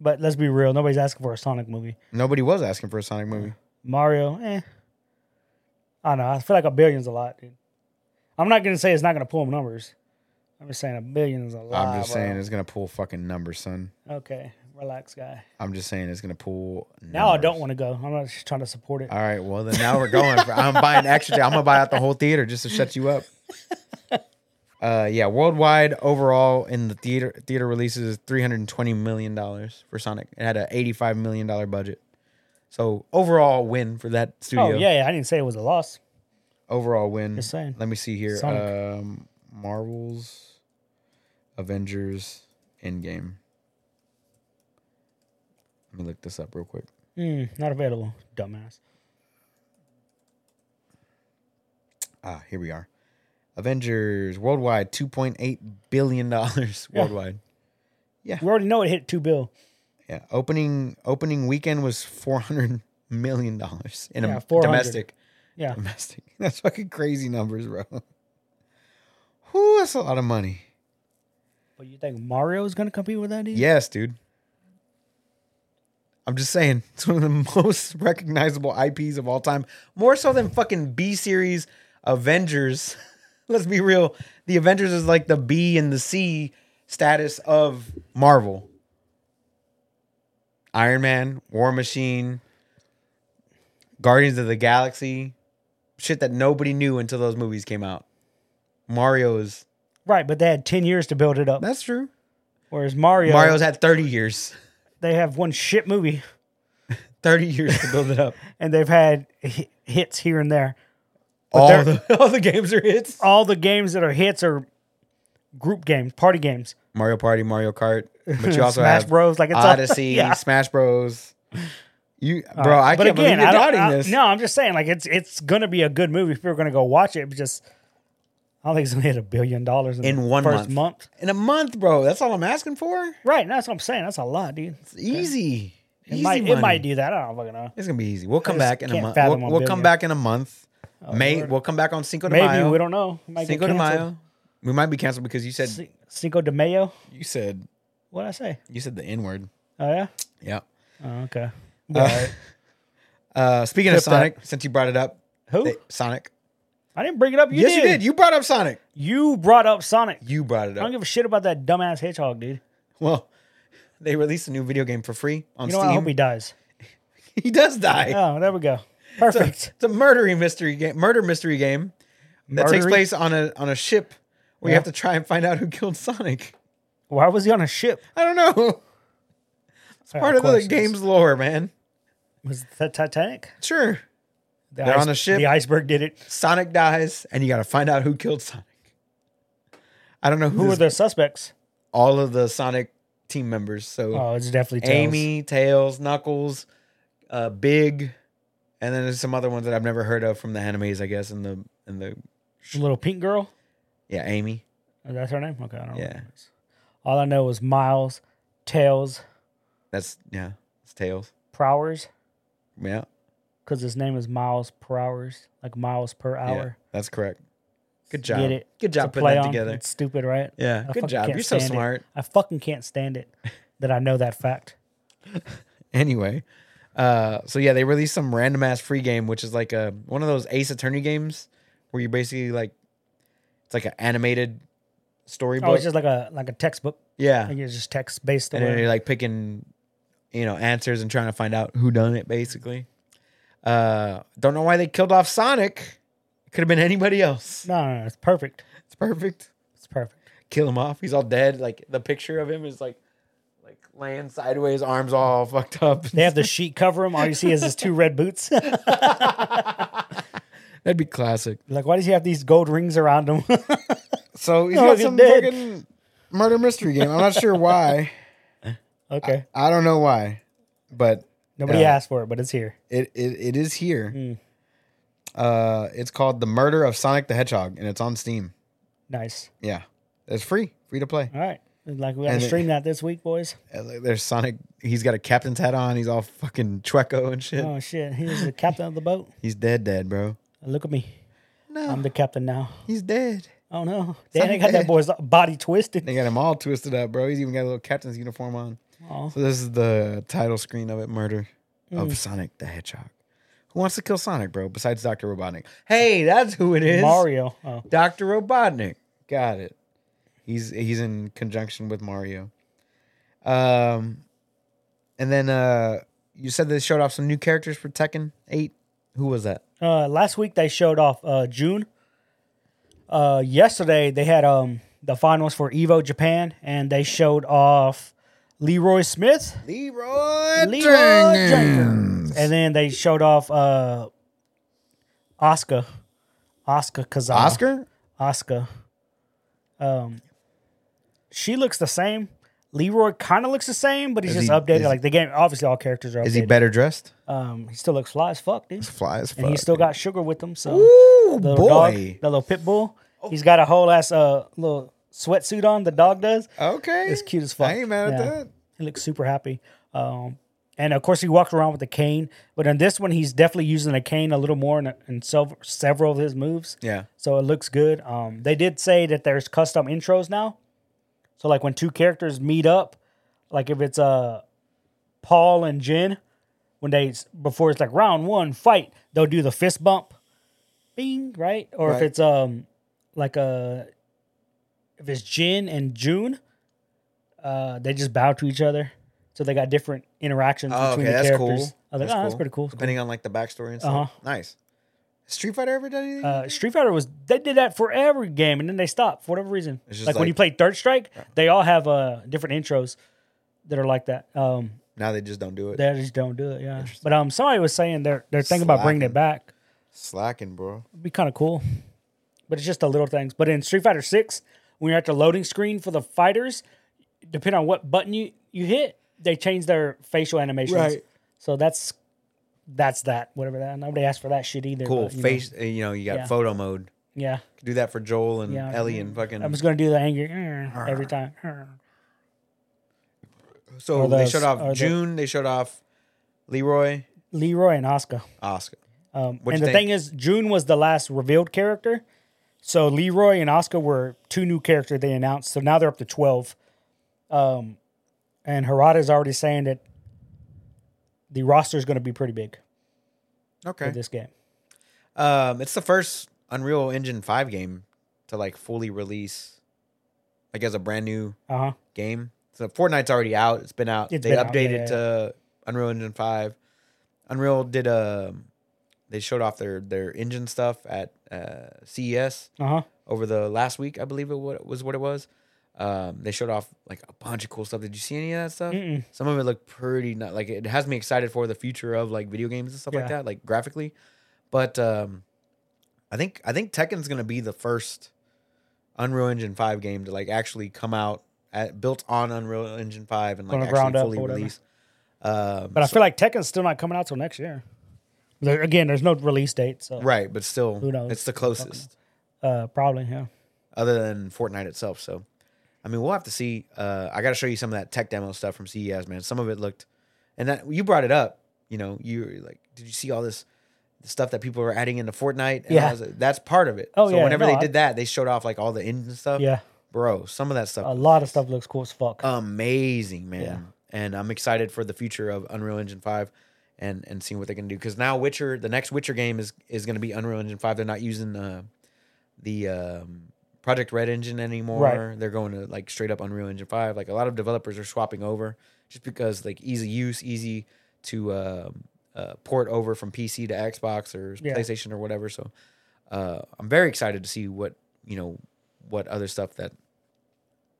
[SPEAKER 2] But let's be real, nobody's asking for a Sonic movie.
[SPEAKER 1] Nobody was asking for a Sonic movie.
[SPEAKER 2] Mario, eh? I don't know. I feel like a billion's a lot, dude. I'm not gonna say it's not gonna pull numbers. I'm just saying a billion is a lot.
[SPEAKER 1] I'm just
[SPEAKER 2] bro.
[SPEAKER 1] saying it's gonna pull fucking numbers, son.
[SPEAKER 2] Okay, relax, guy.
[SPEAKER 1] I'm just saying it's gonna pull.
[SPEAKER 2] Now I don't want to go. I'm not just trying to support it.
[SPEAKER 1] All right. Well, then now we're going. For, I'm buying extra. I'm gonna buy out the whole theater just to shut you up. Uh, yeah. Worldwide overall in the theater theater releases 320 million dollars for Sonic. It had a 85 million dollar budget. So overall win for that
[SPEAKER 2] oh
[SPEAKER 1] studio.
[SPEAKER 2] yeah, yeah, I didn't say it was a loss.
[SPEAKER 1] Overall win.
[SPEAKER 2] Just saying.
[SPEAKER 1] Let me see here.
[SPEAKER 2] Sonic.
[SPEAKER 1] Um, Marvel's Avengers Endgame. Let me look this up real quick.
[SPEAKER 2] Mm, not available, dumbass.
[SPEAKER 1] Ah, here we are. Avengers worldwide, two point eight billion dollars
[SPEAKER 2] Yeah.
[SPEAKER 1] worldwide.
[SPEAKER 2] We already know it hit two bill.
[SPEAKER 1] Yeah, opening opening weekend was four hundred million dollars in
[SPEAKER 2] Yeah,
[SPEAKER 1] a
[SPEAKER 2] 400.
[SPEAKER 1] domestic.
[SPEAKER 2] Yeah,
[SPEAKER 1] Domestic. That's fucking crazy numbers, bro. Whoo, that's a lot of money.
[SPEAKER 2] but you think Mario is gonna compete with that? Dude?
[SPEAKER 1] Yes, dude. I'm just saying, it's one of the most recognizable IPs of all time, more so than fucking B series Avengers. Let's be real, the Avengers is like the B and the C status of Marvel. Iron Man, War Machine, Guardians of the Galaxy, shit that nobody knew until those movies came out. Mario is
[SPEAKER 2] Right, but they had ten years to build it up.
[SPEAKER 1] that's true.
[SPEAKER 2] Whereas Mario,
[SPEAKER 1] Mario's had 30 years.
[SPEAKER 2] they have one shit movie
[SPEAKER 1] 30 years to build it up.
[SPEAKER 2] and they've had hi- hits here and there.
[SPEAKER 1] all,
[SPEAKER 2] they're-
[SPEAKER 1] the, all the games are hits.
[SPEAKER 2] All the games that are hits are group games, party games.
[SPEAKER 1] Mario Party, Mario Kart, but you also
[SPEAKER 2] Smash
[SPEAKER 1] have
[SPEAKER 2] Bros, like it's all-
[SPEAKER 1] Odyssey,
[SPEAKER 2] yeah.
[SPEAKER 1] Smash Bros. You, bro, I can't believe you're
[SPEAKER 2] don't-
[SPEAKER 1] doubting
[SPEAKER 2] I-
[SPEAKER 1] this.
[SPEAKER 2] No, I'm just saying, like it's it's gonna be a good movie. People are gonna go watch it. But just I don't think it's gonna hit a billion dollars in,
[SPEAKER 1] In
[SPEAKER 2] the
[SPEAKER 1] one
[SPEAKER 2] first
[SPEAKER 1] month.
[SPEAKER 2] month.
[SPEAKER 1] In a month, bro, that's all I'm asking for.
[SPEAKER 2] Right, that's what I'm saying. That's a lot, dude.
[SPEAKER 1] It's easy.
[SPEAKER 2] It
[SPEAKER 1] easy
[SPEAKER 2] might
[SPEAKER 1] money.
[SPEAKER 2] it might do that. I don't fucking know.
[SPEAKER 1] It's gonna be easy. We'll come
[SPEAKER 2] just
[SPEAKER 1] back in a
[SPEAKER 2] can't
[SPEAKER 1] month. We'll,
[SPEAKER 2] fathom a
[SPEAKER 1] we'll come
[SPEAKER 2] billion. Oh,
[SPEAKER 1] back in a month. May
[SPEAKER 2] Lord.
[SPEAKER 1] we'll come back on Cinco de
[SPEAKER 2] Maybe
[SPEAKER 1] Mayo.
[SPEAKER 2] we don't know. It might get
[SPEAKER 1] Cinco de
[SPEAKER 2] canceled.
[SPEAKER 1] Mayo. We might be canceled because you said
[SPEAKER 2] Cin- Cinco de Mayo.
[SPEAKER 1] you said
[SPEAKER 2] What would I say?
[SPEAKER 1] you said the N word.
[SPEAKER 2] Oh yeah.
[SPEAKER 1] Yeah.
[SPEAKER 2] Oh, okay.
[SPEAKER 1] Uh, uh, speaking of
[SPEAKER 2] Clip that.
[SPEAKER 1] Sonic, since you brought it up,
[SPEAKER 2] Who?
[SPEAKER 1] they- Sonic.
[SPEAKER 2] I didn't bring it up. You
[SPEAKER 1] yes,
[SPEAKER 2] did.
[SPEAKER 1] you did. You brought up Sonic.
[SPEAKER 2] You brought up Sonic.
[SPEAKER 1] You brought it
[SPEAKER 2] I don't
[SPEAKER 1] up.
[SPEAKER 2] give a shit about that dumbass hedgehog, dude.
[SPEAKER 1] Well, they released a new video game for free on
[SPEAKER 2] You know what? I
[SPEAKER 1] Steam.
[SPEAKER 2] hope he dies.
[SPEAKER 1] he-, does die.
[SPEAKER 2] Oh, there we go. Perfect.
[SPEAKER 1] It's a murdery mystery game, murder mystery game that takes
[SPEAKER 2] Murdery?
[SPEAKER 1] place on a on a ship where you
[SPEAKER 2] Yeah.
[SPEAKER 1] have to try and find out who killed Sonic.
[SPEAKER 2] Why was he on a ship?
[SPEAKER 1] I don't know. It's
[SPEAKER 2] I got
[SPEAKER 1] part of the
[SPEAKER 2] questions.
[SPEAKER 1] game's lore, man.
[SPEAKER 2] Was that Titanic?
[SPEAKER 1] Sure.
[SPEAKER 2] The
[SPEAKER 1] They're on
[SPEAKER 2] ice-
[SPEAKER 1] a ship.
[SPEAKER 2] The iceberg did it.
[SPEAKER 1] Sonic dies, and you got to find out who killed Sonic. I don't know who
[SPEAKER 2] Who were
[SPEAKER 1] this-
[SPEAKER 2] the suspects?
[SPEAKER 1] all of the Sonic team members. So
[SPEAKER 2] Oh, it's definitely Tails.
[SPEAKER 1] Amy, Tails, Knuckles, uh, Big, and then there's some other ones that I've never heard of from the animes, I guess. In the in the
[SPEAKER 2] The little pink girl.
[SPEAKER 1] yeah, Amy.
[SPEAKER 2] Is that her name? Okay, I don't know.
[SPEAKER 1] Yeah.
[SPEAKER 2] All I know is Miles, Tails,
[SPEAKER 1] That's yeah, it's Tails.
[SPEAKER 2] Prowers,
[SPEAKER 1] Yeah,
[SPEAKER 2] because his name is Miles Prowers, like miles per
[SPEAKER 1] yeah,
[SPEAKER 2] hour.
[SPEAKER 1] that's correct. Good job.
[SPEAKER 2] Get it?
[SPEAKER 1] Good
[SPEAKER 2] It's a
[SPEAKER 1] job putting
[SPEAKER 2] play
[SPEAKER 1] that
[SPEAKER 2] on.
[SPEAKER 1] together.
[SPEAKER 2] It's stupid, right?
[SPEAKER 1] yeah,
[SPEAKER 2] I
[SPEAKER 1] good
[SPEAKER 2] fucking
[SPEAKER 1] job.
[SPEAKER 2] can't
[SPEAKER 1] You're so
[SPEAKER 2] stand it.
[SPEAKER 1] smart.
[SPEAKER 2] I fucking can't stand it that I know that fact.
[SPEAKER 1] Anyway, uh, so yeah, they released some random ass free game, which is like a one of those Ace Attorney games where you basically like it's like an animated storybook.
[SPEAKER 2] Oh, it's just like a like a textbook.
[SPEAKER 1] yeah,
[SPEAKER 2] Like it's just text based.
[SPEAKER 1] and then you're like picking you know answers and trying to find out who done it basically uh don't know why they killed off sonic could have been anybody else
[SPEAKER 2] No, no, no, it's perfect.
[SPEAKER 1] it's perfect
[SPEAKER 2] It's perfect.
[SPEAKER 1] kill him off he's all dead like the picture of him is like like laying sideways, arms all fucked up.
[SPEAKER 2] They have the sheet cover him. All you see is his two red boots.
[SPEAKER 1] That'd be classic.
[SPEAKER 2] like, why does he have these gold rings around him?
[SPEAKER 1] So he's
[SPEAKER 2] Oh,
[SPEAKER 1] got
[SPEAKER 2] he's
[SPEAKER 1] some
[SPEAKER 2] dead.
[SPEAKER 1] fucking murder mystery game. I'm not sure why.
[SPEAKER 2] okay.
[SPEAKER 1] I don't know why, but
[SPEAKER 2] Nobody
[SPEAKER 1] Yeah.
[SPEAKER 2] asked for it, but it's here.
[SPEAKER 1] it it, it is here. Uh, it's called The Murder of Sonic the Hedgehog, and it's on Steam.
[SPEAKER 2] Nice.
[SPEAKER 1] Yeah, it's free, free to play.
[SPEAKER 2] All right. Like, we got to
[SPEAKER 1] And it-
[SPEAKER 2] stream that this week, boys.
[SPEAKER 1] And like, There's Sonic. He's got a captain's hat on. He's all fucking Chueco and shit.
[SPEAKER 2] Oh, shit. He was the captain of the boat.
[SPEAKER 1] He's dead, dead, bro.
[SPEAKER 2] Look at me.
[SPEAKER 1] No,
[SPEAKER 2] I'm the captain now.
[SPEAKER 1] he's dead.
[SPEAKER 2] Oh, no. Damn, they
[SPEAKER 1] Something-
[SPEAKER 2] got that boy's body twisted.
[SPEAKER 1] They got him all twisted up, bro. He's even got a little captain's uniform on.
[SPEAKER 2] Aw.
[SPEAKER 1] So this is the title screen of it: Murder
[SPEAKER 2] Mm.
[SPEAKER 1] of Sonic the Hedgehog. Who wants to kill Sonic, bro? Besides Doctor Robotnik. Hey, that's who it is.
[SPEAKER 2] Mario. Oh.
[SPEAKER 1] Doctor Robotnik. Got it. He's he's in conjunction with Mario. Um, and then uh, you said they showed off some new characters for Tekken Eight. Who was that?
[SPEAKER 2] Uh, last week they showed off uh, June. Uh, yesterday they had um, the finals for Evo Japan, and they showed off Leroy Smith,
[SPEAKER 1] Leroy,
[SPEAKER 2] Leroy Jenkins, and then they showed off uh, Oscar, Oscar Kazama,
[SPEAKER 1] Oscar.
[SPEAKER 2] Oscar. Um, she looks the same. Leroy kind of looks the same, but he's
[SPEAKER 1] Is
[SPEAKER 2] just
[SPEAKER 1] he-
[SPEAKER 2] updated.
[SPEAKER 1] is-
[SPEAKER 2] like the game, obviously all characters are updated.
[SPEAKER 1] Is he better dressed?
[SPEAKER 2] um, he still looks fly as fuck, dude.
[SPEAKER 1] Fly as fuck.
[SPEAKER 2] And he's still got sugar with him, so
[SPEAKER 1] Ooh,
[SPEAKER 2] the little dog,
[SPEAKER 1] boy. Oh.
[SPEAKER 2] the little pit bull. He's got a whole ass uh little sweatsuit on. The dog does.
[SPEAKER 1] Okay.
[SPEAKER 2] It's cute as fuck.
[SPEAKER 1] I ain't mad at
[SPEAKER 2] Yeah.
[SPEAKER 1] that.
[SPEAKER 2] He looks super happy. Um, and of course he walks around with a cane, but in this one he's definitely using a cane a little more in, in sev- several of his moves.
[SPEAKER 1] Yeah.
[SPEAKER 2] So it looks good. Um, they did say that there's custom intros now. So like when two characters meet up, like if it's uh Paul and Jen, when they before it's like round one fight, they'll do the fist bump, bing right. Or if
[SPEAKER 1] Right.
[SPEAKER 2] it's um like a if it's Jen and June, uh they just bow to each other. So they got different interactions
[SPEAKER 1] Oh,
[SPEAKER 2] between
[SPEAKER 1] okay,
[SPEAKER 2] the
[SPEAKER 1] "Ah, that's
[SPEAKER 2] characters.
[SPEAKER 1] cool.
[SPEAKER 2] I was like, oh, that's pretty cool. It's
[SPEAKER 1] Depending on like the backstory and stuff.
[SPEAKER 2] Uh-huh.
[SPEAKER 1] Nice. Has Street Fighter ever done anything?
[SPEAKER 2] uh, Street Fighter was they did that for every game, and then they stopped for whatever reason.
[SPEAKER 1] It's
[SPEAKER 2] Like,
[SPEAKER 1] just
[SPEAKER 2] when
[SPEAKER 1] like-
[SPEAKER 2] you play Third Strike, they all have uh, different intros that are like that. Um,
[SPEAKER 1] now they just don't do it.
[SPEAKER 2] they just don't do it, yeah. But um, somebody was saying they're they're thinking about bringing it
[SPEAKER 1] Slacking.
[SPEAKER 2] back.
[SPEAKER 1] Slacking, bro.
[SPEAKER 2] It'd be kind of cool, but it's just the little things. But in Street Fighter Six, when you're at the loading screen for the fighters, depending on what button you you hit, they change their facial animations.
[SPEAKER 1] Right.
[SPEAKER 2] So that's that's that. Whatever that. Nobody asked for that shit either.
[SPEAKER 1] Cool.
[SPEAKER 2] but, you know,
[SPEAKER 1] Face. uh, You know, you got
[SPEAKER 2] Yeah.
[SPEAKER 1] photo mode.
[SPEAKER 2] yeah.
[SPEAKER 1] Do that for Joel and
[SPEAKER 2] Yeah.
[SPEAKER 1] Ellie and fucking.
[SPEAKER 2] I'm just gonna do the angry "Mm," every time. "Mm."
[SPEAKER 1] so
[SPEAKER 2] or
[SPEAKER 1] they
[SPEAKER 2] the-
[SPEAKER 1] showed
[SPEAKER 2] or
[SPEAKER 1] off
[SPEAKER 2] the-
[SPEAKER 1] June. They showed off Leroy,
[SPEAKER 2] Leroy and Oscar.
[SPEAKER 1] Oscar. What'd
[SPEAKER 2] Um, and
[SPEAKER 1] you
[SPEAKER 2] the
[SPEAKER 1] think?
[SPEAKER 2] thing is, June was the last revealed character. So Leroy and Oscar were two new characters they announced. So now they're up to 12. Um, and Harada's already saying that the roster is going to be pretty big for
[SPEAKER 1] Okay.
[SPEAKER 2] this game.
[SPEAKER 1] Um, it's the first Unreal Engine five game to like fully release, like as a brand new
[SPEAKER 2] Uh huh.
[SPEAKER 1] game. So Fortnite's already out. It's been out.
[SPEAKER 2] It's
[SPEAKER 1] they
[SPEAKER 2] been out,
[SPEAKER 1] updated
[SPEAKER 2] yeah,
[SPEAKER 1] to Unreal Engine five. Unreal did um they showed off their their engine stuff at uh, CES
[SPEAKER 2] Uh huh.
[SPEAKER 1] over the last week. I believe it wa- was what it was. Um, they showed off like a bunch of cool stuff. Did you see any of that stuff?
[SPEAKER 2] Mm-mm.
[SPEAKER 1] Some of it looked pretty not like it has me excited for the future of like video games and stuff like
[SPEAKER 2] Yeah.
[SPEAKER 1] that, like graphically. But um, I think I think Tekken's gonna be the first Unreal Engine five game to like actually come out at, built on Unreal Engine five and like
[SPEAKER 2] From the
[SPEAKER 1] actually
[SPEAKER 2] ground up
[SPEAKER 1] fully
[SPEAKER 2] or whatever.
[SPEAKER 1] released. Um,
[SPEAKER 2] But I feel like Tekken's still not coming out till next year. There, again, there's no release date. So
[SPEAKER 1] right, but still,
[SPEAKER 2] Who knows?
[SPEAKER 1] it's the closest.
[SPEAKER 2] uh, probably, yeah.
[SPEAKER 1] other than Fortnite itself. So, I mean, we'll have to see. Uh, I got to show you some of that tech demo stuff from CES, man. Some of it looked, and that you brought it up. You know, you were like, did you see all this stuff that people were adding into Fortnite? And I
[SPEAKER 2] Yeah.
[SPEAKER 1] was like, that's part of it.
[SPEAKER 2] Oh,
[SPEAKER 1] so
[SPEAKER 2] yeah,
[SPEAKER 1] whenever
[SPEAKER 2] no,
[SPEAKER 1] they
[SPEAKER 2] I-
[SPEAKER 1] did that, they showed off like all the engine stuff.
[SPEAKER 2] Yeah.
[SPEAKER 1] bro, some of that stuff,
[SPEAKER 2] A lot of stuff looks cool as fuck.
[SPEAKER 1] Uh, amazing, man.
[SPEAKER 2] Yeah.
[SPEAKER 1] And I'm excited for the future of Unreal Engine Five. And, and seeing what they can do because now Witcher the next Witcher game is is going to be Unreal Engine five they're not using uh, the um, Project Red engine anymore.
[SPEAKER 2] Right.
[SPEAKER 1] They're going to like straight up Unreal Engine five. Like a lot of developers are swapping over just because like easy use, easy to uh, uh, port over from PC to Xbox or
[SPEAKER 2] Yeah.
[SPEAKER 1] PlayStation or whatever. So uh, I'm very excited to see what you know what other stuff that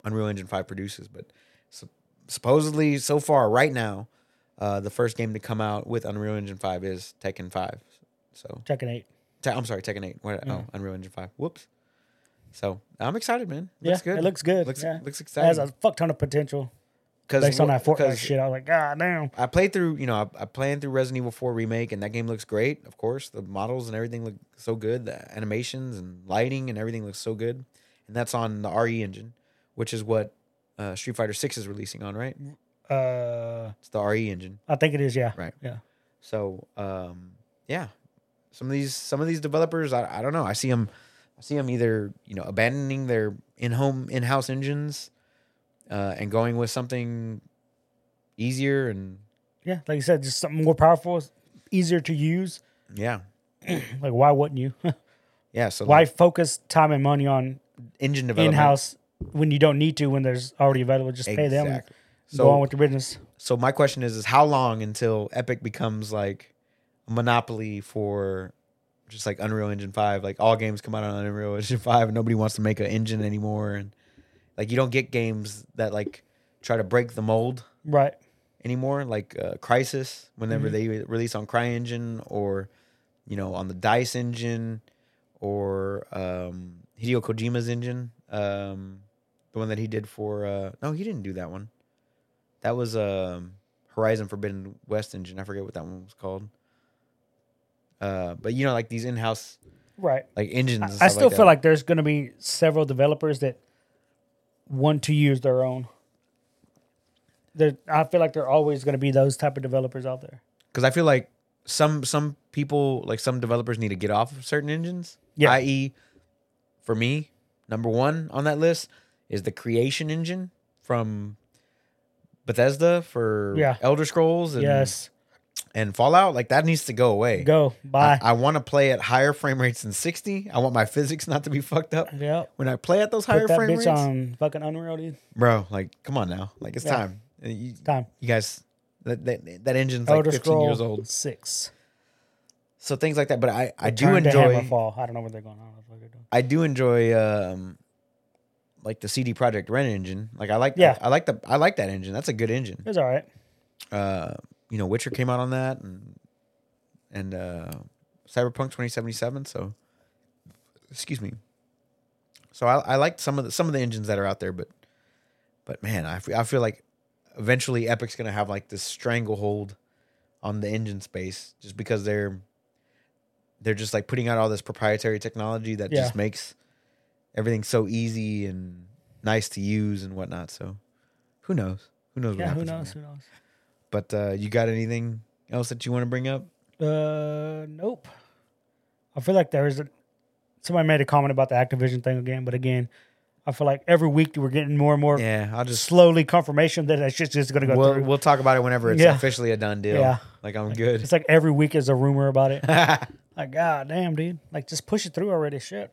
[SPEAKER 1] Unreal Engine five produces. But so supposedly so far right now, uh, the first game to come out with Unreal Engine Five is Tekken Five. So
[SPEAKER 2] Tekken eight.
[SPEAKER 1] Te- I'm sorry, Tekken Eight. What,
[SPEAKER 2] Mm.
[SPEAKER 1] Oh, Unreal Engine Five. Whoops. So I'm excited, man.
[SPEAKER 2] Yeah,
[SPEAKER 1] Looks good.
[SPEAKER 2] it looks good.
[SPEAKER 1] Looks
[SPEAKER 2] yeah.
[SPEAKER 1] looks
[SPEAKER 2] It has
[SPEAKER 1] exciting.
[SPEAKER 2] a fuck ton of potential
[SPEAKER 1] 'Cause
[SPEAKER 2] based on
[SPEAKER 1] wha-
[SPEAKER 2] that Fortnite
[SPEAKER 1] 'cause
[SPEAKER 2] shit. I was like, God damn.
[SPEAKER 1] I played through, you know, I, I played through Resident Evil 4 remake, and that game looks great. Of course, the models and everything look so good. The animations and lighting and everything looks so good. And that's on the RE engine, which is what uh, Street Fighter 6 is releasing on, right?
[SPEAKER 2] Mm-hmm. Uh,
[SPEAKER 1] It's the RE engine.
[SPEAKER 2] I think it is. Yeah.
[SPEAKER 1] Right.
[SPEAKER 2] Yeah.
[SPEAKER 1] So, um, yeah, some of these some of these developers, I, I don't know. I see them, I see them either you know abandoning their in home in house engines, uh, and going with something easier and
[SPEAKER 2] Yeah. Like you said, just something more powerful, easier to use.
[SPEAKER 1] yeah,
[SPEAKER 2] Like, why wouldn't you?
[SPEAKER 1] yeah. So
[SPEAKER 2] why
[SPEAKER 1] like,
[SPEAKER 2] focus time and money on
[SPEAKER 1] engine
[SPEAKER 2] in
[SPEAKER 1] development
[SPEAKER 2] house when you don't need to when there's already available? Just pay them. and
[SPEAKER 1] Exactly.
[SPEAKER 2] go on
[SPEAKER 1] So
[SPEAKER 2] with your business.
[SPEAKER 1] so my question is is how long until Epic becomes like a monopoly for just like Unreal Engine 5 like all games come out on Unreal Engine 5 and nobody wants to make an engine anymore and like you don't get games that like try to break the mold
[SPEAKER 2] Right.
[SPEAKER 1] anymore like uh, Crisis
[SPEAKER 2] Mm-hmm.
[SPEAKER 1] whenever they release on CryEngine or you know on the Dice engine or um Hideo Kojima's engine um the one that he did for uh no he didn't do that one that was um Horizon Forbidden West engine I forget what that one was called uh but you know like these in-house
[SPEAKER 2] Right.
[SPEAKER 1] like engines and
[SPEAKER 2] I
[SPEAKER 1] stuff
[SPEAKER 2] still
[SPEAKER 1] that.
[SPEAKER 2] feel like there's going to be several developers that want to use their own. There, I feel like there are always going to be those type of developers out there.
[SPEAKER 1] because I feel like some some people like some developers need to get off of certain engines.
[SPEAKER 2] Yeah.
[SPEAKER 1] I.e., for me, number one on that list is the creation engine from Bethesda for
[SPEAKER 2] Yeah.
[SPEAKER 1] Elder Scrolls and,
[SPEAKER 2] yes,
[SPEAKER 1] and Fallout. Like that needs to go away.
[SPEAKER 2] go
[SPEAKER 1] I,
[SPEAKER 2] bye.
[SPEAKER 1] I want to play at higher frame rates than sixty. I want my physics not to be fucked up.
[SPEAKER 2] Yep.
[SPEAKER 1] When I play at those higher
[SPEAKER 2] Put that
[SPEAKER 1] frame
[SPEAKER 2] bitch
[SPEAKER 1] rates,
[SPEAKER 2] on fucking Unreal, dude.
[SPEAKER 1] bro, like come on now, like it's
[SPEAKER 2] Yeah.
[SPEAKER 1] time. Uh, You,
[SPEAKER 2] Time.
[SPEAKER 1] you guys, that that, that engine's like
[SPEAKER 2] Elder
[SPEAKER 1] fifteen
[SPEAKER 2] Scroll
[SPEAKER 1] years old.
[SPEAKER 2] six.
[SPEAKER 1] So things like that. But I I do
[SPEAKER 2] Turn to
[SPEAKER 1] enjoy.
[SPEAKER 2] Hammerfall. I don't know where they're going. I don't know what they're doing.
[SPEAKER 1] I do enjoy um like the CD Project Red engine. Like I like
[SPEAKER 2] Yeah.
[SPEAKER 1] I, like the I like that engine. That's a good engine.
[SPEAKER 2] It's all right.
[SPEAKER 1] Uh you know Witcher came out on that and and uh Cyberpunk 2077 so excuse me. So I I like some of the some of the engines that are out there but but man, I feel, I feel like eventually Epic's going to have like this stranglehold on the engine space just because they're they're just like putting out all this proprietary technology that just makes everything so easy and nice to use and whatnot. So who knows? Who knows what
[SPEAKER 2] Yeah. Who
[SPEAKER 1] happens? from there.
[SPEAKER 2] knows? Who knows?
[SPEAKER 1] But uh, you got anything else that you want to bring up?
[SPEAKER 2] Uh, nope. I feel like there is a somebody made a comment about the Activision thing again, but again, I feel like every week we're getting more and more
[SPEAKER 1] Yeah, I'll just
[SPEAKER 2] slowly confirmation that that shit's just gonna go
[SPEAKER 1] we'll
[SPEAKER 2] through.
[SPEAKER 1] we'll talk about it whenever it's
[SPEAKER 2] Yeah.
[SPEAKER 1] officially a done deal.
[SPEAKER 2] Yeah.
[SPEAKER 1] Like I'm good.
[SPEAKER 2] it's like every week is a rumor about it.
[SPEAKER 1] yeah,
[SPEAKER 2] like, god damn, dude. Like just push it through already. Shit.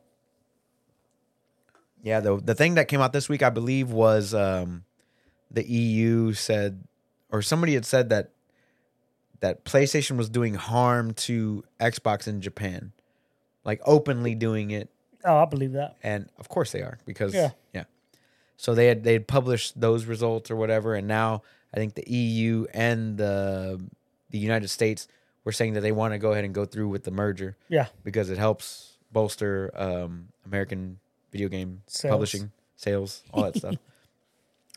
[SPEAKER 1] though the thing that came out this week I believe was um, the EU said or somebody had said that that PlayStation was doing harm to Xbox in Japan. Like openly doing it
[SPEAKER 2] Oh, I believe that.
[SPEAKER 1] and of course they are because yeah,
[SPEAKER 2] Yeah.
[SPEAKER 1] so they had they had published those results or whatever and now i think the eu and the the united states were saying that they want to go ahead and go through with the merger
[SPEAKER 2] Yeah.
[SPEAKER 1] because it helps bolster um, american video game
[SPEAKER 2] Sales.
[SPEAKER 1] publishing sales all that stuff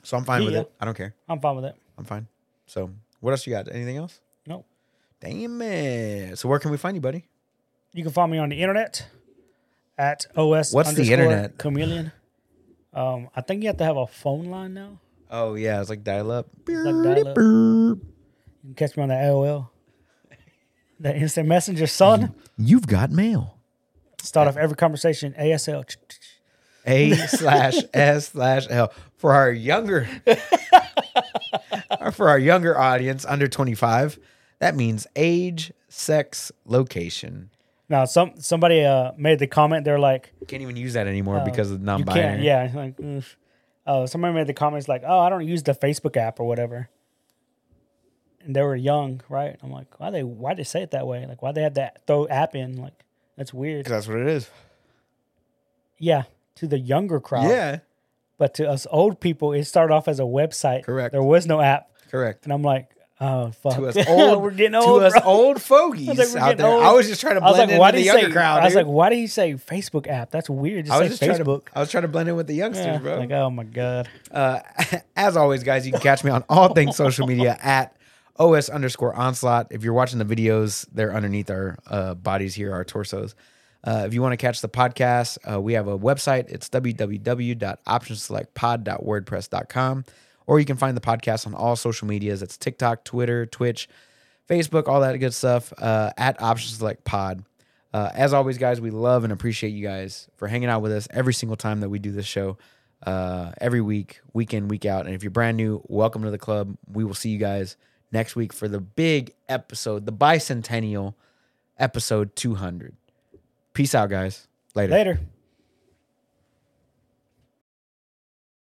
[SPEAKER 1] so i'm fine with
[SPEAKER 2] Yeah.
[SPEAKER 1] it i don't care
[SPEAKER 2] I'm fine with it.
[SPEAKER 1] i'm fine so what else you got anything else
[SPEAKER 2] Nope.
[SPEAKER 1] damn it so where can we find you buddy
[SPEAKER 2] You can find me on the internet at OS.
[SPEAKER 1] What's the
[SPEAKER 2] underscore
[SPEAKER 1] internet?
[SPEAKER 2] Chameleon. Um, I think you have to have a phone line now.
[SPEAKER 1] oh yeah it's like dial up
[SPEAKER 2] like dial-up. You can catch me on the AOL. The instant messenger,
[SPEAKER 1] Mm-hmm.
[SPEAKER 2] son.
[SPEAKER 1] you've got mail
[SPEAKER 2] Start off every conversation ASL.
[SPEAKER 1] A slash S slash L for our younger for our younger audience under 25. That means age, sex, location.
[SPEAKER 2] Now, some somebody uh, made the comment. They're like,
[SPEAKER 1] Can't even use that anymore because of
[SPEAKER 2] Oh, you
[SPEAKER 1] non-binary.
[SPEAKER 2] can't. Yeah. Like, oof. Uh, somebody made the comments like, oh, I don't use the Facebook app or whatever. And they were young, right? I'm like, why they why they say it that way? Like, why they have that throw app in? Like, that's weird.
[SPEAKER 1] that's what it is. Oh,
[SPEAKER 2] Yeah, to the younger crowd.
[SPEAKER 1] Yeah,
[SPEAKER 2] But to us old people, it started off as a website.
[SPEAKER 1] Correct.
[SPEAKER 2] There was no app,
[SPEAKER 1] correct.
[SPEAKER 2] and I'm like, oh fuck,
[SPEAKER 1] To us old,
[SPEAKER 2] we're getting old.
[SPEAKER 1] To us
[SPEAKER 2] bro.
[SPEAKER 1] old fogies
[SPEAKER 2] like, we're
[SPEAKER 1] out
[SPEAKER 2] getting
[SPEAKER 1] there.
[SPEAKER 2] old.
[SPEAKER 1] I was just trying to
[SPEAKER 2] I was
[SPEAKER 1] blend
[SPEAKER 2] like,
[SPEAKER 1] in
[SPEAKER 2] why
[SPEAKER 1] with
[SPEAKER 2] did
[SPEAKER 1] the
[SPEAKER 2] he
[SPEAKER 1] younger
[SPEAKER 2] say?
[SPEAKER 1] crowd.
[SPEAKER 2] I was
[SPEAKER 1] dude.
[SPEAKER 2] like, why did he say Facebook app? That's weird. Just
[SPEAKER 1] I was
[SPEAKER 2] say
[SPEAKER 1] just trying to.
[SPEAKER 2] Facebook.
[SPEAKER 1] I was trying to blend in with the youngsters,
[SPEAKER 2] Yeah.
[SPEAKER 1] bro.
[SPEAKER 2] Like, oh my god.
[SPEAKER 1] Uh, as always, guys, you can catch me on all things social media at os underscore onslaught. If you're watching the videos, they're underneath our uh, bodies here, our torsos. Uh, if you want to catch the podcast, uh, we have a website. It's www.optionselectpod.wordpress.com. Or you can find the podcast on all social medias. That's TikTok, Twitter, Twitch, Facebook, all that good stuff uh, at Option Select Pod. Uh, as always, guys, we love and appreciate you guys for hanging out with us every single time that we do this show, uh, every week, week in, week out. And if you're brand new, welcome to the club. We will see you guys next week for the big episode, the bicentennial episode 200. Peace out, guys. Later.
[SPEAKER 2] Later.